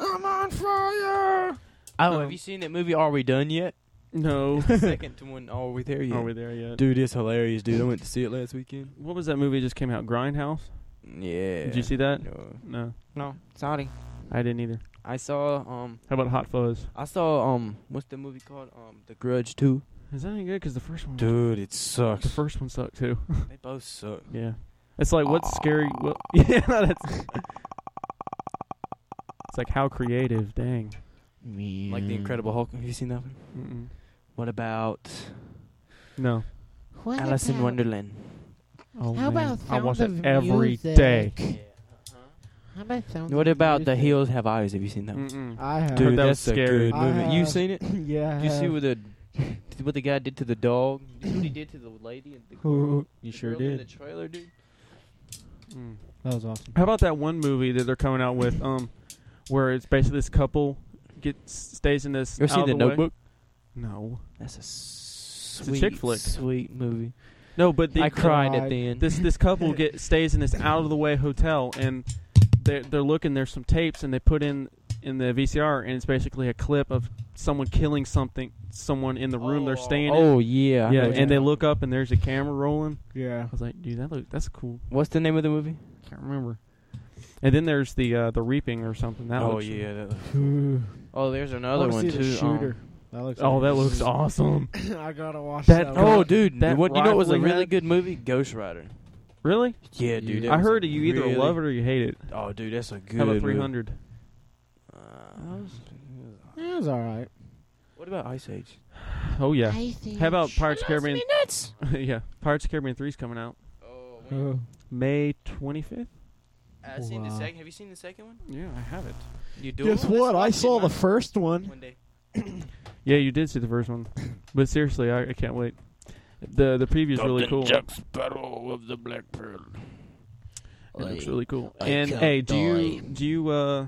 [SPEAKER 4] I'm on fire!
[SPEAKER 6] Oh, have you seen that movie? Are we done [LAUGHS] yet?
[SPEAKER 3] [LAUGHS] no
[SPEAKER 6] Second to one. Are we there yet?
[SPEAKER 3] are we there yet
[SPEAKER 6] Dude, it's hilarious, dude. I went to see it last weekend.
[SPEAKER 3] what was that movie that just came out Grindhouse
[SPEAKER 6] Yeah.
[SPEAKER 3] did you see that
[SPEAKER 6] No.
[SPEAKER 3] no
[SPEAKER 6] No, sorry.
[SPEAKER 3] I didn't either
[SPEAKER 6] I saw um,
[SPEAKER 3] how about Hot Fuzz
[SPEAKER 6] I saw um, what's the movie called? Um, The Grudge Two.
[SPEAKER 3] is that any good because the first one
[SPEAKER 6] Dude, it
[SPEAKER 3] The
[SPEAKER 6] sucks.
[SPEAKER 3] first one sucked too.
[SPEAKER 6] They both suck.
[SPEAKER 3] yeah. It's like what's scary? What? [LAUGHS] Yeah, no, that's. it's like how creative. Dang.
[SPEAKER 6] Like the Incredible Hulk. Have you seen that one?
[SPEAKER 3] Mm-mm.
[SPEAKER 6] What about
[SPEAKER 3] No.
[SPEAKER 5] What
[SPEAKER 6] Alice in Wonderland?
[SPEAKER 3] Oh,
[SPEAKER 5] How
[SPEAKER 3] man.
[SPEAKER 5] about
[SPEAKER 3] I watch it
[SPEAKER 5] Sound of
[SPEAKER 3] every
[SPEAKER 5] Music?
[SPEAKER 3] day.
[SPEAKER 6] uh-huh. What about The
[SPEAKER 5] [LAUGHS]
[SPEAKER 6] Hills Have Eyes? Have you seen that? one?
[SPEAKER 3] Mm-mm.
[SPEAKER 4] I have.
[SPEAKER 3] Dude,
[SPEAKER 6] Dude,
[SPEAKER 3] that
[SPEAKER 6] that's
[SPEAKER 3] was scary.
[SPEAKER 6] a good movie.
[SPEAKER 4] I
[SPEAKER 6] you
[SPEAKER 4] have- [LAUGHS]
[SPEAKER 6] seen it?
[SPEAKER 4] yeah. I
[SPEAKER 6] Did you see
[SPEAKER 4] have.
[SPEAKER 6] what [LAUGHS] the did- what the guy did to the dog? [LAUGHS] Did you see what he did to the lady and the girl?
[SPEAKER 4] You
[SPEAKER 6] the
[SPEAKER 4] sure
[SPEAKER 6] girl in
[SPEAKER 4] did.
[SPEAKER 6] the trailer, dude.
[SPEAKER 3] Mm.
[SPEAKER 4] That was awesome.
[SPEAKER 3] How about that one movie that they're coming out with? Um, where it's basically this couple gets stays in this.
[SPEAKER 6] You ever seen
[SPEAKER 3] out
[SPEAKER 6] the
[SPEAKER 3] of way-
[SPEAKER 6] Notebook?
[SPEAKER 3] No.
[SPEAKER 6] That's a
[SPEAKER 3] a
[SPEAKER 6] sweet,
[SPEAKER 3] chick flick.
[SPEAKER 6] sweet movie.
[SPEAKER 3] No, but the,
[SPEAKER 6] I cried at
[SPEAKER 4] cried.
[SPEAKER 6] the end.
[SPEAKER 3] this this couple
[SPEAKER 6] [LAUGHS]
[SPEAKER 3] get stays in this out of the way hotel and they're they're looking there's some tapes and they put in in the VCR and it's basically a clip of someone killing something someone in the room they're staying
[SPEAKER 6] oh yeah, I
[SPEAKER 3] in. Yeah,
[SPEAKER 6] know what you
[SPEAKER 3] and they
[SPEAKER 6] mean.
[SPEAKER 3] look up and there's a camera rolling.
[SPEAKER 4] Yeah.
[SPEAKER 3] I
[SPEAKER 4] [LAUGHS]
[SPEAKER 3] was like, dude, that look that's cool.
[SPEAKER 6] What's the name of the movie?
[SPEAKER 3] I can't remember. And then there's the uh, the reaping or something.
[SPEAKER 6] Oh,
[SPEAKER 3] That looks,
[SPEAKER 6] That
[SPEAKER 4] Ooh.
[SPEAKER 6] oh, there's
[SPEAKER 4] I
[SPEAKER 6] another
[SPEAKER 4] wanna
[SPEAKER 6] one
[SPEAKER 4] see
[SPEAKER 6] too.
[SPEAKER 4] the
[SPEAKER 6] um,
[SPEAKER 4] shooter. that looks.
[SPEAKER 3] Oh, that
[SPEAKER 4] awesome. [LAUGHS]
[SPEAKER 3] looks
[SPEAKER 6] [LAUGHS]
[SPEAKER 3] awesome.
[SPEAKER 4] I gotta watch
[SPEAKER 3] That-
[SPEAKER 4] that.
[SPEAKER 3] oh,
[SPEAKER 4] one.
[SPEAKER 6] Oh, dude,
[SPEAKER 3] That
[SPEAKER 6] what you know? It was a
[SPEAKER 3] rifle he
[SPEAKER 6] really
[SPEAKER 3] had?
[SPEAKER 6] good movie, Ghost Rider.
[SPEAKER 3] Really?
[SPEAKER 6] Yeah, dude. that
[SPEAKER 3] I
[SPEAKER 6] was
[SPEAKER 3] heard
[SPEAKER 6] a
[SPEAKER 3] you either
[SPEAKER 6] really-
[SPEAKER 3] love it or you hate it.
[SPEAKER 6] Oh, dude, that's a good.
[SPEAKER 3] How about
[SPEAKER 6] movie.
[SPEAKER 3] 300?
[SPEAKER 6] Uh,
[SPEAKER 4] It was all right.
[SPEAKER 6] what about Ice Age?
[SPEAKER 3] Oh yeah. How about Pirates of the Caribbean?
[SPEAKER 5] Nuts.
[SPEAKER 3] [LAUGHS] yeah, Pirates of the Caribbean 3's coming out
[SPEAKER 6] Oh,
[SPEAKER 4] Oh.
[SPEAKER 3] May 25th.
[SPEAKER 6] I Uh, seen the
[SPEAKER 4] Wow.
[SPEAKER 6] second. Have you seen the second one?
[SPEAKER 3] Yeah, I have it.
[SPEAKER 6] You do.
[SPEAKER 4] Guess what? I saw the first one.
[SPEAKER 6] One day.
[SPEAKER 3] Yeah, you did see the first [COUGHS] one, but seriously, I, I can't wait. the The preview is really cool.
[SPEAKER 6] Sparrow of the Black Pearl.
[SPEAKER 3] It looks really cool.
[SPEAKER 6] I
[SPEAKER 3] and
[SPEAKER 6] can't
[SPEAKER 3] hey, do you do you uh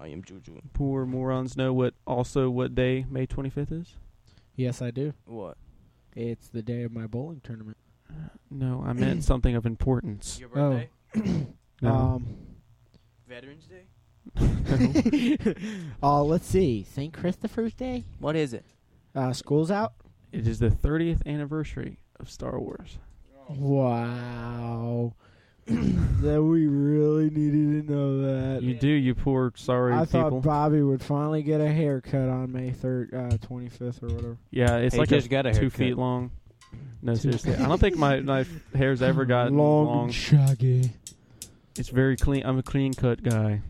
[SPEAKER 6] I am Juju.
[SPEAKER 3] poor morons know what also what day May twenty fifth is?
[SPEAKER 4] Yes, I do.
[SPEAKER 6] What?
[SPEAKER 4] It's the day of my bowling tournament.
[SPEAKER 3] No, I [COUGHS] meant something of importance.
[SPEAKER 6] Your
[SPEAKER 4] Oh.
[SPEAKER 6] birthday?
[SPEAKER 3] No.
[SPEAKER 4] Um.
[SPEAKER 6] Veterans Day?
[SPEAKER 3] Um,
[SPEAKER 5] Oh,
[SPEAKER 4] uh, let's see. St. Christopher's
[SPEAKER 5] [LAUGHS]
[SPEAKER 4] Day.
[SPEAKER 6] What is it?
[SPEAKER 4] Uh, school's out.
[SPEAKER 3] [LAUGHS] it is the thirtieth anniversary of Star Wars.
[SPEAKER 4] Wow. [CLEARS THROAT] that we really needed to know that.
[SPEAKER 3] You do, you poor sorry
[SPEAKER 4] I thought
[SPEAKER 3] people.
[SPEAKER 4] Bobby would finally get a haircut on May third, uh, twenty fifth, or whatever.
[SPEAKER 3] yeah, it's
[SPEAKER 6] He
[SPEAKER 3] like
[SPEAKER 6] just
[SPEAKER 3] a
[SPEAKER 6] got a
[SPEAKER 3] two
[SPEAKER 6] haircut.
[SPEAKER 3] feet [LAUGHS] long. No, seriously, I don't think my, my hair's [LAUGHS] ever gotten
[SPEAKER 4] long,
[SPEAKER 3] long.
[SPEAKER 4] and shaggy.
[SPEAKER 3] It's very clean. I'm a clean cut guy.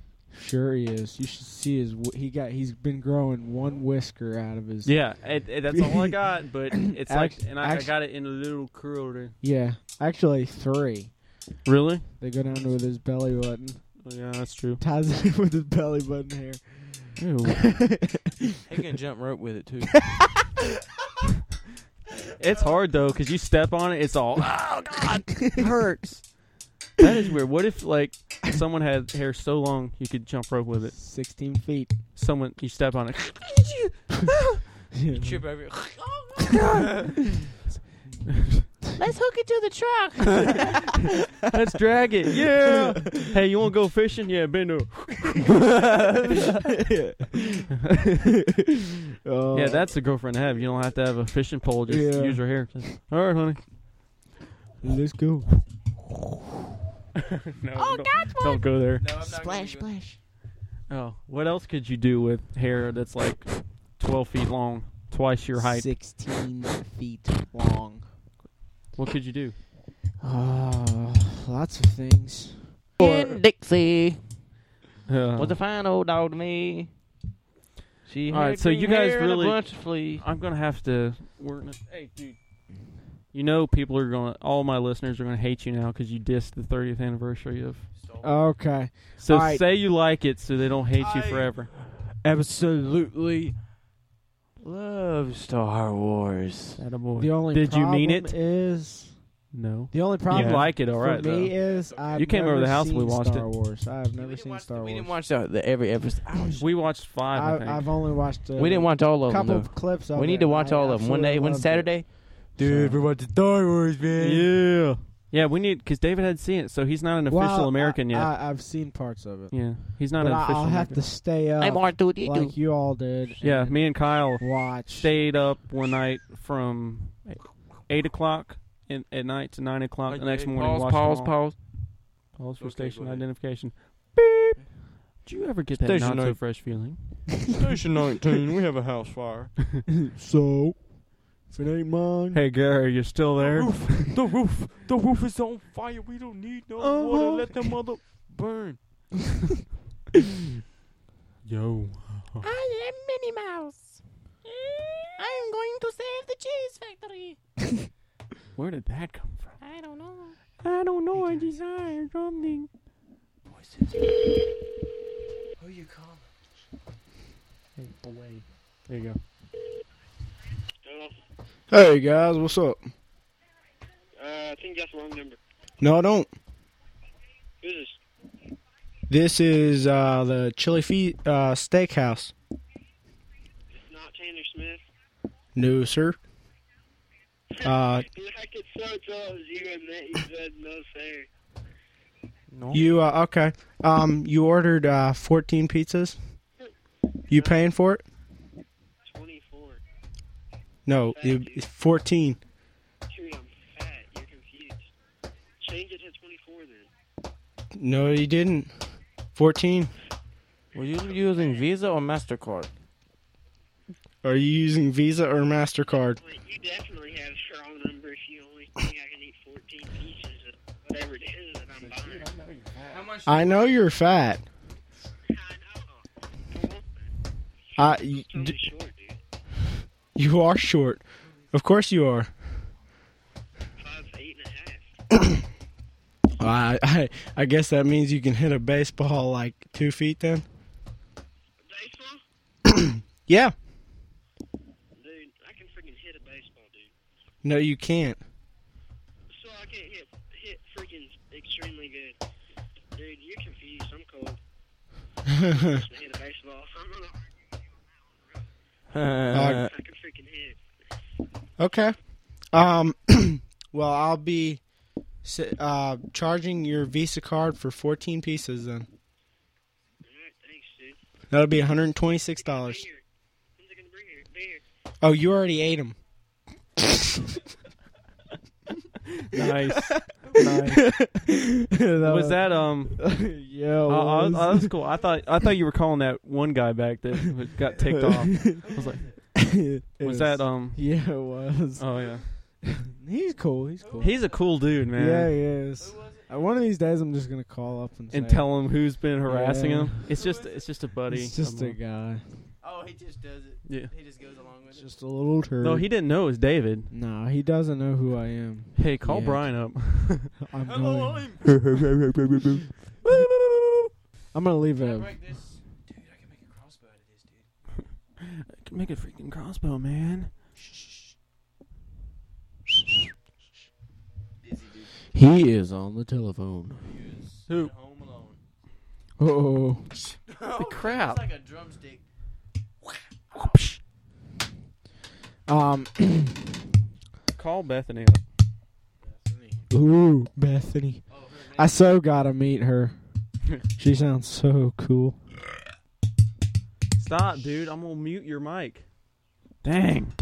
[SPEAKER 4] Sure he is. You should see his. Wh- he got. He's been growing one whisker out of his.
[SPEAKER 3] Yeah, it, it, that's [LAUGHS] all I got. But it's
[SPEAKER 4] Act-
[SPEAKER 3] like, and I, I
[SPEAKER 4] act-
[SPEAKER 3] got it in a little curl. there.
[SPEAKER 4] Yeah. Actually, three.
[SPEAKER 3] Really?
[SPEAKER 4] They go down with his belly button.
[SPEAKER 3] Yeah, that's true.
[SPEAKER 4] [LAUGHS] Ties it with his belly button hair. [LAUGHS]
[SPEAKER 6] [LAUGHS] He can jump rope with it too.
[SPEAKER 3] [LAUGHS] It's hard though, cause you step on it, it's all
[SPEAKER 8] Oh God!
[SPEAKER 3] it hurts. That is weird. What if like someone had hair so long you could jump rope with it?
[SPEAKER 4] 16 feet.
[SPEAKER 3] Someone you step [LAUGHS] on it.
[SPEAKER 4] [LAUGHS]
[SPEAKER 6] You trip over. it.
[SPEAKER 5] Let's hook it to the [LAUGHS] truck.
[SPEAKER 3] Let's drag it. Yeah. [LAUGHS] hey, you want to go fishing? Yeah, bend [LAUGHS] over.
[SPEAKER 4] Oh.
[SPEAKER 3] [LAUGHS] Yeah, that's the girlfriend to have. You don't have to have a fishing pole. Just
[SPEAKER 4] Yeah.
[SPEAKER 3] use her hair. Just, all right, honey. Oh,
[SPEAKER 4] Let's go.
[SPEAKER 3] [LAUGHS] No, don't, don't go there.
[SPEAKER 5] splash, splash.
[SPEAKER 3] Oh, what else could you do with hair that's like 12 feet long, twice your height?
[SPEAKER 4] 16 feet long.
[SPEAKER 3] What could you do?
[SPEAKER 4] Uh, lots of things.
[SPEAKER 5] In Dixie
[SPEAKER 3] Uh,
[SPEAKER 6] What the final dog to me? She
[SPEAKER 3] All
[SPEAKER 6] had
[SPEAKER 3] right, so
[SPEAKER 6] green
[SPEAKER 3] you guys
[SPEAKER 6] hair and a
[SPEAKER 3] really-
[SPEAKER 6] bunch of fleas.
[SPEAKER 3] I'm gonna have to. We're gonna. Hey, dude. You know, people are gonna. All my listeners are gonna hate you now because you dissed the 30th anniversary of.
[SPEAKER 4] Okay.
[SPEAKER 3] So
[SPEAKER 4] All right.
[SPEAKER 3] say you like it, so they don't hate you
[SPEAKER 6] I-
[SPEAKER 3] forever.
[SPEAKER 6] Absolutely love Star Wars.
[SPEAKER 4] The only
[SPEAKER 3] Did you mean it?
[SPEAKER 4] problem Is
[SPEAKER 3] No.
[SPEAKER 4] the only problem
[SPEAKER 3] You like it, all
[SPEAKER 4] for
[SPEAKER 3] right? though.
[SPEAKER 4] me is I've
[SPEAKER 3] You came over
[SPEAKER 4] never
[SPEAKER 3] to the house and we
[SPEAKER 4] seen
[SPEAKER 3] watched
[SPEAKER 4] Star
[SPEAKER 3] it.
[SPEAKER 4] Wars. I've never
[SPEAKER 6] We didn't
[SPEAKER 4] seen
[SPEAKER 6] watch-
[SPEAKER 4] Star
[SPEAKER 6] We didn't
[SPEAKER 4] Wars.
[SPEAKER 6] watch the, the every episode. I was-
[SPEAKER 3] We watched five. I,
[SPEAKER 4] I've,
[SPEAKER 3] think.
[SPEAKER 4] I've only watched. Uh,
[SPEAKER 6] we didn't watch all of them.
[SPEAKER 4] couple
[SPEAKER 6] though.
[SPEAKER 4] of clips. Of
[SPEAKER 6] We
[SPEAKER 4] it,
[SPEAKER 6] need to
[SPEAKER 4] and
[SPEAKER 6] watch
[SPEAKER 4] I
[SPEAKER 6] all of them one
[SPEAKER 4] absolutely
[SPEAKER 6] day, one
[SPEAKER 4] loved it.
[SPEAKER 6] Saturday.
[SPEAKER 4] Dude,
[SPEAKER 6] we're watching Star Wars,
[SPEAKER 3] yeah. Yeah, we need because David hadn't seen it, so he's not an official
[SPEAKER 4] Well,
[SPEAKER 3] American
[SPEAKER 4] I,
[SPEAKER 3] yet.
[SPEAKER 4] I, I've seen parts of it.
[SPEAKER 3] yeah, he's not
[SPEAKER 4] but
[SPEAKER 3] an
[SPEAKER 4] I,
[SPEAKER 3] official.
[SPEAKER 4] I'll have
[SPEAKER 3] American.
[SPEAKER 4] to stay
[SPEAKER 5] I'm
[SPEAKER 4] up
[SPEAKER 5] R2D2.
[SPEAKER 4] like you all did.
[SPEAKER 3] Yeah,
[SPEAKER 4] and
[SPEAKER 3] me and Kyle
[SPEAKER 4] watch.
[SPEAKER 3] stayed up one night from eight o'clock in, at night to nine o'clock the next morning.
[SPEAKER 6] Pause,
[SPEAKER 3] watched them
[SPEAKER 6] pause,
[SPEAKER 3] all.
[SPEAKER 6] pause.
[SPEAKER 3] Pause for
[SPEAKER 2] Okay,
[SPEAKER 3] station
[SPEAKER 2] go ahead.
[SPEAKER 3] identification. Beep. Did you ever get that
[SPEAKER 6] Station
[SPEAKER 3] not so
[SPEAKER 6] name.
[SPEAKER 3] fresh feeling?
[SPEAKER 6] Station 19, we have a house fire.
[SPEAKER 4] So, if it ain't mine,
[SPEAKER 3] Hey Gary, you still there?
[SPEAKER 6] the roof, the roof is on fire. We don't need no
[SPEAKER 4] Uh-huh.
[SPEAKER 6] the mother burn.
[SPEAKER 3] Yo.
[SPEAKER 5] I am Minnie Mouse. I am going to save the cheese factory.
[SPEAKER 3] Where did that come from?
[SPEAKER 5] I don't know.
[SPEAKER 3] I don't know. I desire something.
[SPEAKER 6] Who you calling?
[SPEAKER 3] There you go.
[SPEAKER 8] Hey guys, what's up?
[SPEAKER 2] Uh, I think that's the wrong number.
[SPEAKER 8] No, I don't.
[SPEAKER 2] Who's this?
[SPEAKER 8] This is uh, the Chili Fe- uh, Steakhouse.
[SPEAKER 2] It's not Tanner Smith.
[SPEAKER 8] No, sir. Uh,
[SPEAKER 2] Like it so tall as you and that you said no sir.
[SPEAKER 6] No.
[SPEAKER 8] you uh, okay? Um, you ordered uh, 14 pizzas. You paying for it?
[SPEAKER 2] Twenty four.
[SPEAKER 8] No, you, it's 14.
[SPEAKER 2] Chewy, I'm fat. You're confused. Change it to twenty four then.
[SPEAKER 8] No, you didn't. 14.
[SPEAKER 6] Were you using Visa or MasterCard?
[SPEAKER 8] Are you using Visa or Mastercard?
[SPEAKER 2] Wait, you definitely have a wrong number if you only think I can eat fourteen pieces of whatever it is that I'm buying.
[SPEAKER 8] I know you're fat.
[SPEAKER 2] I know.
[SPEAKER 8] I you,
[SPEAKER 2] I'm
[SPEAKER 8] d-
[SPEAKER 2] short, dude.
[SPEAKER 8] you are short. Of course you are.
[SPEAKER 2] Five, eight and a half.
[SPEAKER 8] I I, I guess that means you can hit a baseball like two feet then.
[SPEAKER 2] Baseball?
[SPEAKER 8] Yeah.
[SPEAKER 2] Dude, I can freaking hit a baseball, dude.
[SPEAKER 8] No, you can't. [LAUGHS]
[SPEAKER 2] So I can't hit hit freaking extremely good. Dude, you're confused. I'm cold. I can hit a baseball. [LAUGHS] I'm gonna argue with you on that one,
[SPEAKER 8] Uh,
[SPEAKER 2] bro. I can freaking hit.
[SPEAKER 8] okay. Um. [CLEARS THROAT] well, I'll be s- uh charging your Visa card for fourteen pieces then.
[SPEAKER 2] Alright, thanks, dude. When's
[SPEAKER 8] That'll be one hundred and twenty-six
[SPEAKER 2] it gonna be
[SPEAKER 8] dollars.
[SPEAKER 2] here? When's it gonna bring here? Be here.
[SPEAKER 8] Oh, you already ate
[SPEAKER 4] [LAUGHS]
[SPEAKER 8] them.
[SPEAKER 3] [LAUGHS] Nice.
[SPEAKER 4] that
[SPEAKER 3] was that um?
[SPEAKER 4] [LAUGHS] yeah,
[SPEAKER 3] Oh, oh,
[SPEAKER 4] was.
[SPEAKER 3] oh,
[SPEAKER 4] [LAUGHS]
[SPEAKER 3] that's cool. I thought I thought you were calling that one guy back that [LAUGHS] was- got
[SPEAKER 4] [LAUGHS]
[SPEAKER 3] ticked off. I was like,
[SPEAKER 4] It
[SPEAKER 3] was that um?
[SPEAKER 4] [LAUGHS] Yeah, it was.
[SPEAKER 3] Oh yeah,
[SPEAKER 4] He's cool. He's cool.
[SPEAKER 3] he's a cool dude, man.
[SPEAKER 4] Yeah, he is. Uh, one of these days, I'm just gonna call up and,
[SPEAKER 3] And
[SPEAKER 4] say,
[SPEAKER 3] tell him who's been harassing
[SPEAKER 4] Yeah.
[SPEAKER 3] him. It's just it's just a buddy.
[SPEAKER 4] It's just a
[SPEAKER 3] I'm-
[SPEAKER 4] guy.
[SPEAKER 6] Oh, he just does it.
[SPEAKER 3] yeah.
[SPEAKER 6] He just goes along with
[SPEAKER 4] Just a little turd.
[SPEAKER 3] No, he didn't know it was David.
[SPEAKER 4] No, he doesn't know who I am.
[SPEAKER 3] Hey, call
[SPEAKER 4] Yeah.
[SPEAKER 3] Brian
[SPEAKER 4] [LAUGHS]
[SPEAKER 3] up. [LAUGHS]
[SPEAKER 4] I'm going. I'm gonna leave him.
[SPEAKER 8] uh,
[SPEAKER 6] this. Dude, I can make a crossbow out of this.
[SPEAKER 3] Make a freaking crossbow, man.
[SPEAKER 6] He is on the telephone.
[SPEAKER 3] Who?
[SPEAKER 6] Home alone.
[SPEAKER 4] Oh,
[SPEAKER 6] The
[SPEAKER 3] crap.
[SPEAKER 6] like a drumstick.
[SPEAKER 4] um, [COUGHS]
[SPEAKER 3] Call Bethany up.
[SPEAKER 4] ooh, Bethany. I so gotta meet her. she sounds so cool.
[SPEAKER 3] Stop, dude. I'm gonna mute your mic.
[SPEAKER 4] Dang.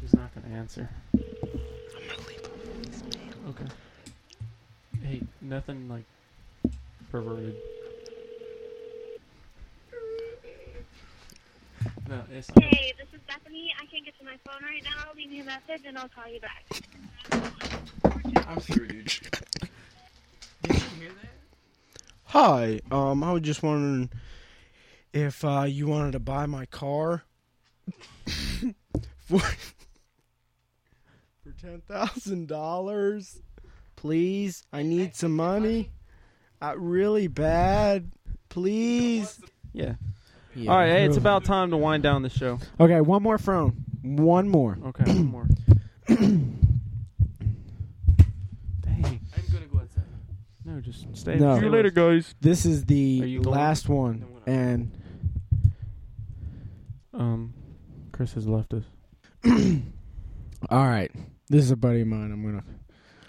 [SPEAKER 3] She's not gonna answer. I'm gonna leave Okay. Hey, nothing like perverted. No, it's not.
[SPEAKER 7] Hey, this is Bethany. I can't get to my phone right now. I'll leave you a message and I'll call you back.
[SPEAKER 8] Hi. Um, I was just wondering if uh, you wanted to buy my car [LAUGHS] for for ten thousand dollars, please. I need some money. I really bad. Please.
[SPEAKER 3] Yeah. All right. Hey, it's about time to wind down the show.
[SPEAKER 4] Okay, one more phone. One more.
[SPEAKER 3] Okay. One
[SPEAKER 4] [CLEARS THROAT]
[SPEAKER 3] more. Dang.
[SPEAKER 6] I'm gonna go outside.
[SPEAKER 3] No, just stay.
[SPEAKER 4] No. See you later,
[SPEAKER 3] guys.
[SPEAKER 4] This is
[SPEAKER 3] Are
[SPEAKER 4] the
[SPEAKER 3] you going?
[SPEAKER 4] last one,
[SPEAKER 6] No, we're not.
[SPEAKER 4] and
[SPEAKER 3] Um, Chris has left us.
[SPEAKER 4] [CLEARS THROAT] all right, this is a buddy of mine. I'm gonna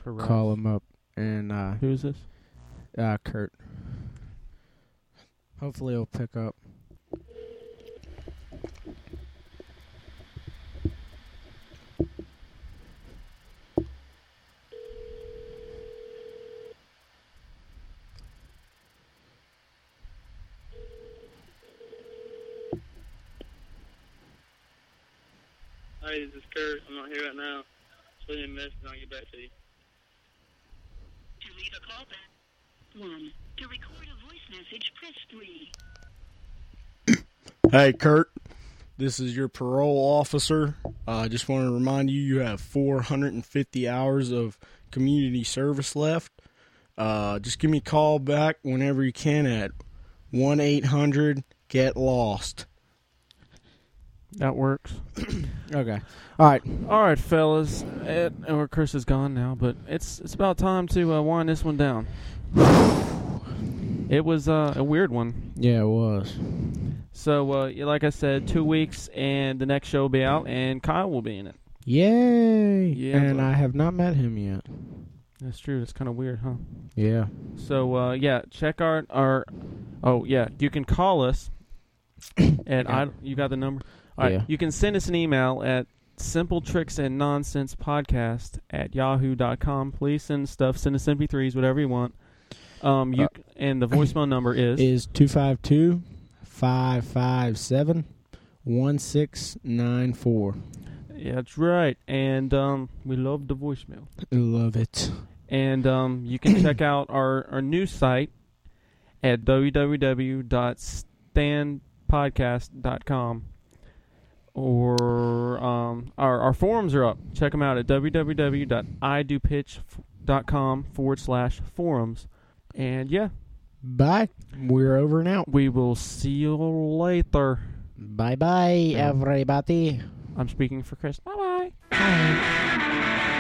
[SPEAKER 3] Harassed.
[SPEAKER 4] call him up and uh,
[SPEAKER 3] Who is this?
[SPEAKER 4] uh, Kurt. Hopefully, he'll pick up.
[SPEAKER 2] Hi, this is Kurt. I'm not here right now. Just leave me a message and I'll get back to you.
[SPEAKER 7] To leave a call back, 1. To record a voice message, press 3.
[SPEAKER 8] Hey, Kurt. This is your parole officer. I uh, just want to remind you you have 450 hours of community service left. Uh, just give me a call back whenever you can at 1 800 Get Lost.
[SPEAKER 3] That works.
[SPEAKER 4] Okay. All right.
[SPEAKER 3] All right, fellas. It, or Chris is gone now, but it's it's about time to uh, wind this one down. It was uh, a weird one.
[SPEAKER 4] Yeah, it was.
[SPEAKER 3] So, uh, yeah, like I said, two weeks, and the next show will be out, and Kyle will be in it.
[SPEAKER 4] Yay!
[SPEAKER 3] Yeah,
[SPEAKER 4] and
[SPEAKER 3] but-
[SPEAKER 4] I have not met him yet.
[SPEAKER 3] That's true. That's kind of weird, huh?
[SPEAKER 4] Yeah.
[SPEAKER 3] So, uh, yeah, check our our. Oh yeah, you can call us. [COUGHS] At I, you got the number. All right,
[SPEAKER 4] Yeah.
[SPEAKER 3] you can send us an email at simple tricks and nonsense podcast at yahoo.com please send stuff send us mp3s whatever you want um you
[SPEAKER 4] Uh,
[SPEAKER 3] c- and the voicemail number is
[SPEAKER 4] Is 252 557 1694.
[SPEAKER 3] yeah that's right and um we love the voicemail
[SPEAKER 4] Love it.
[SPEAKER 3] and um you can check out our our new site at www.standpodcast.com or um our our forums are up check them out at www.idopitch.com forward slash forums and yeah
[SPEAKER 4] Bye. We're over and out.
[SPEAKER 3] we will see you later
[SPEAKER 4] Bye bye,
[SPEAKER 3] Yeah.
[SPEAKER 4] everybody.
[SPEAKER 3] i'm speaking for chris bye bye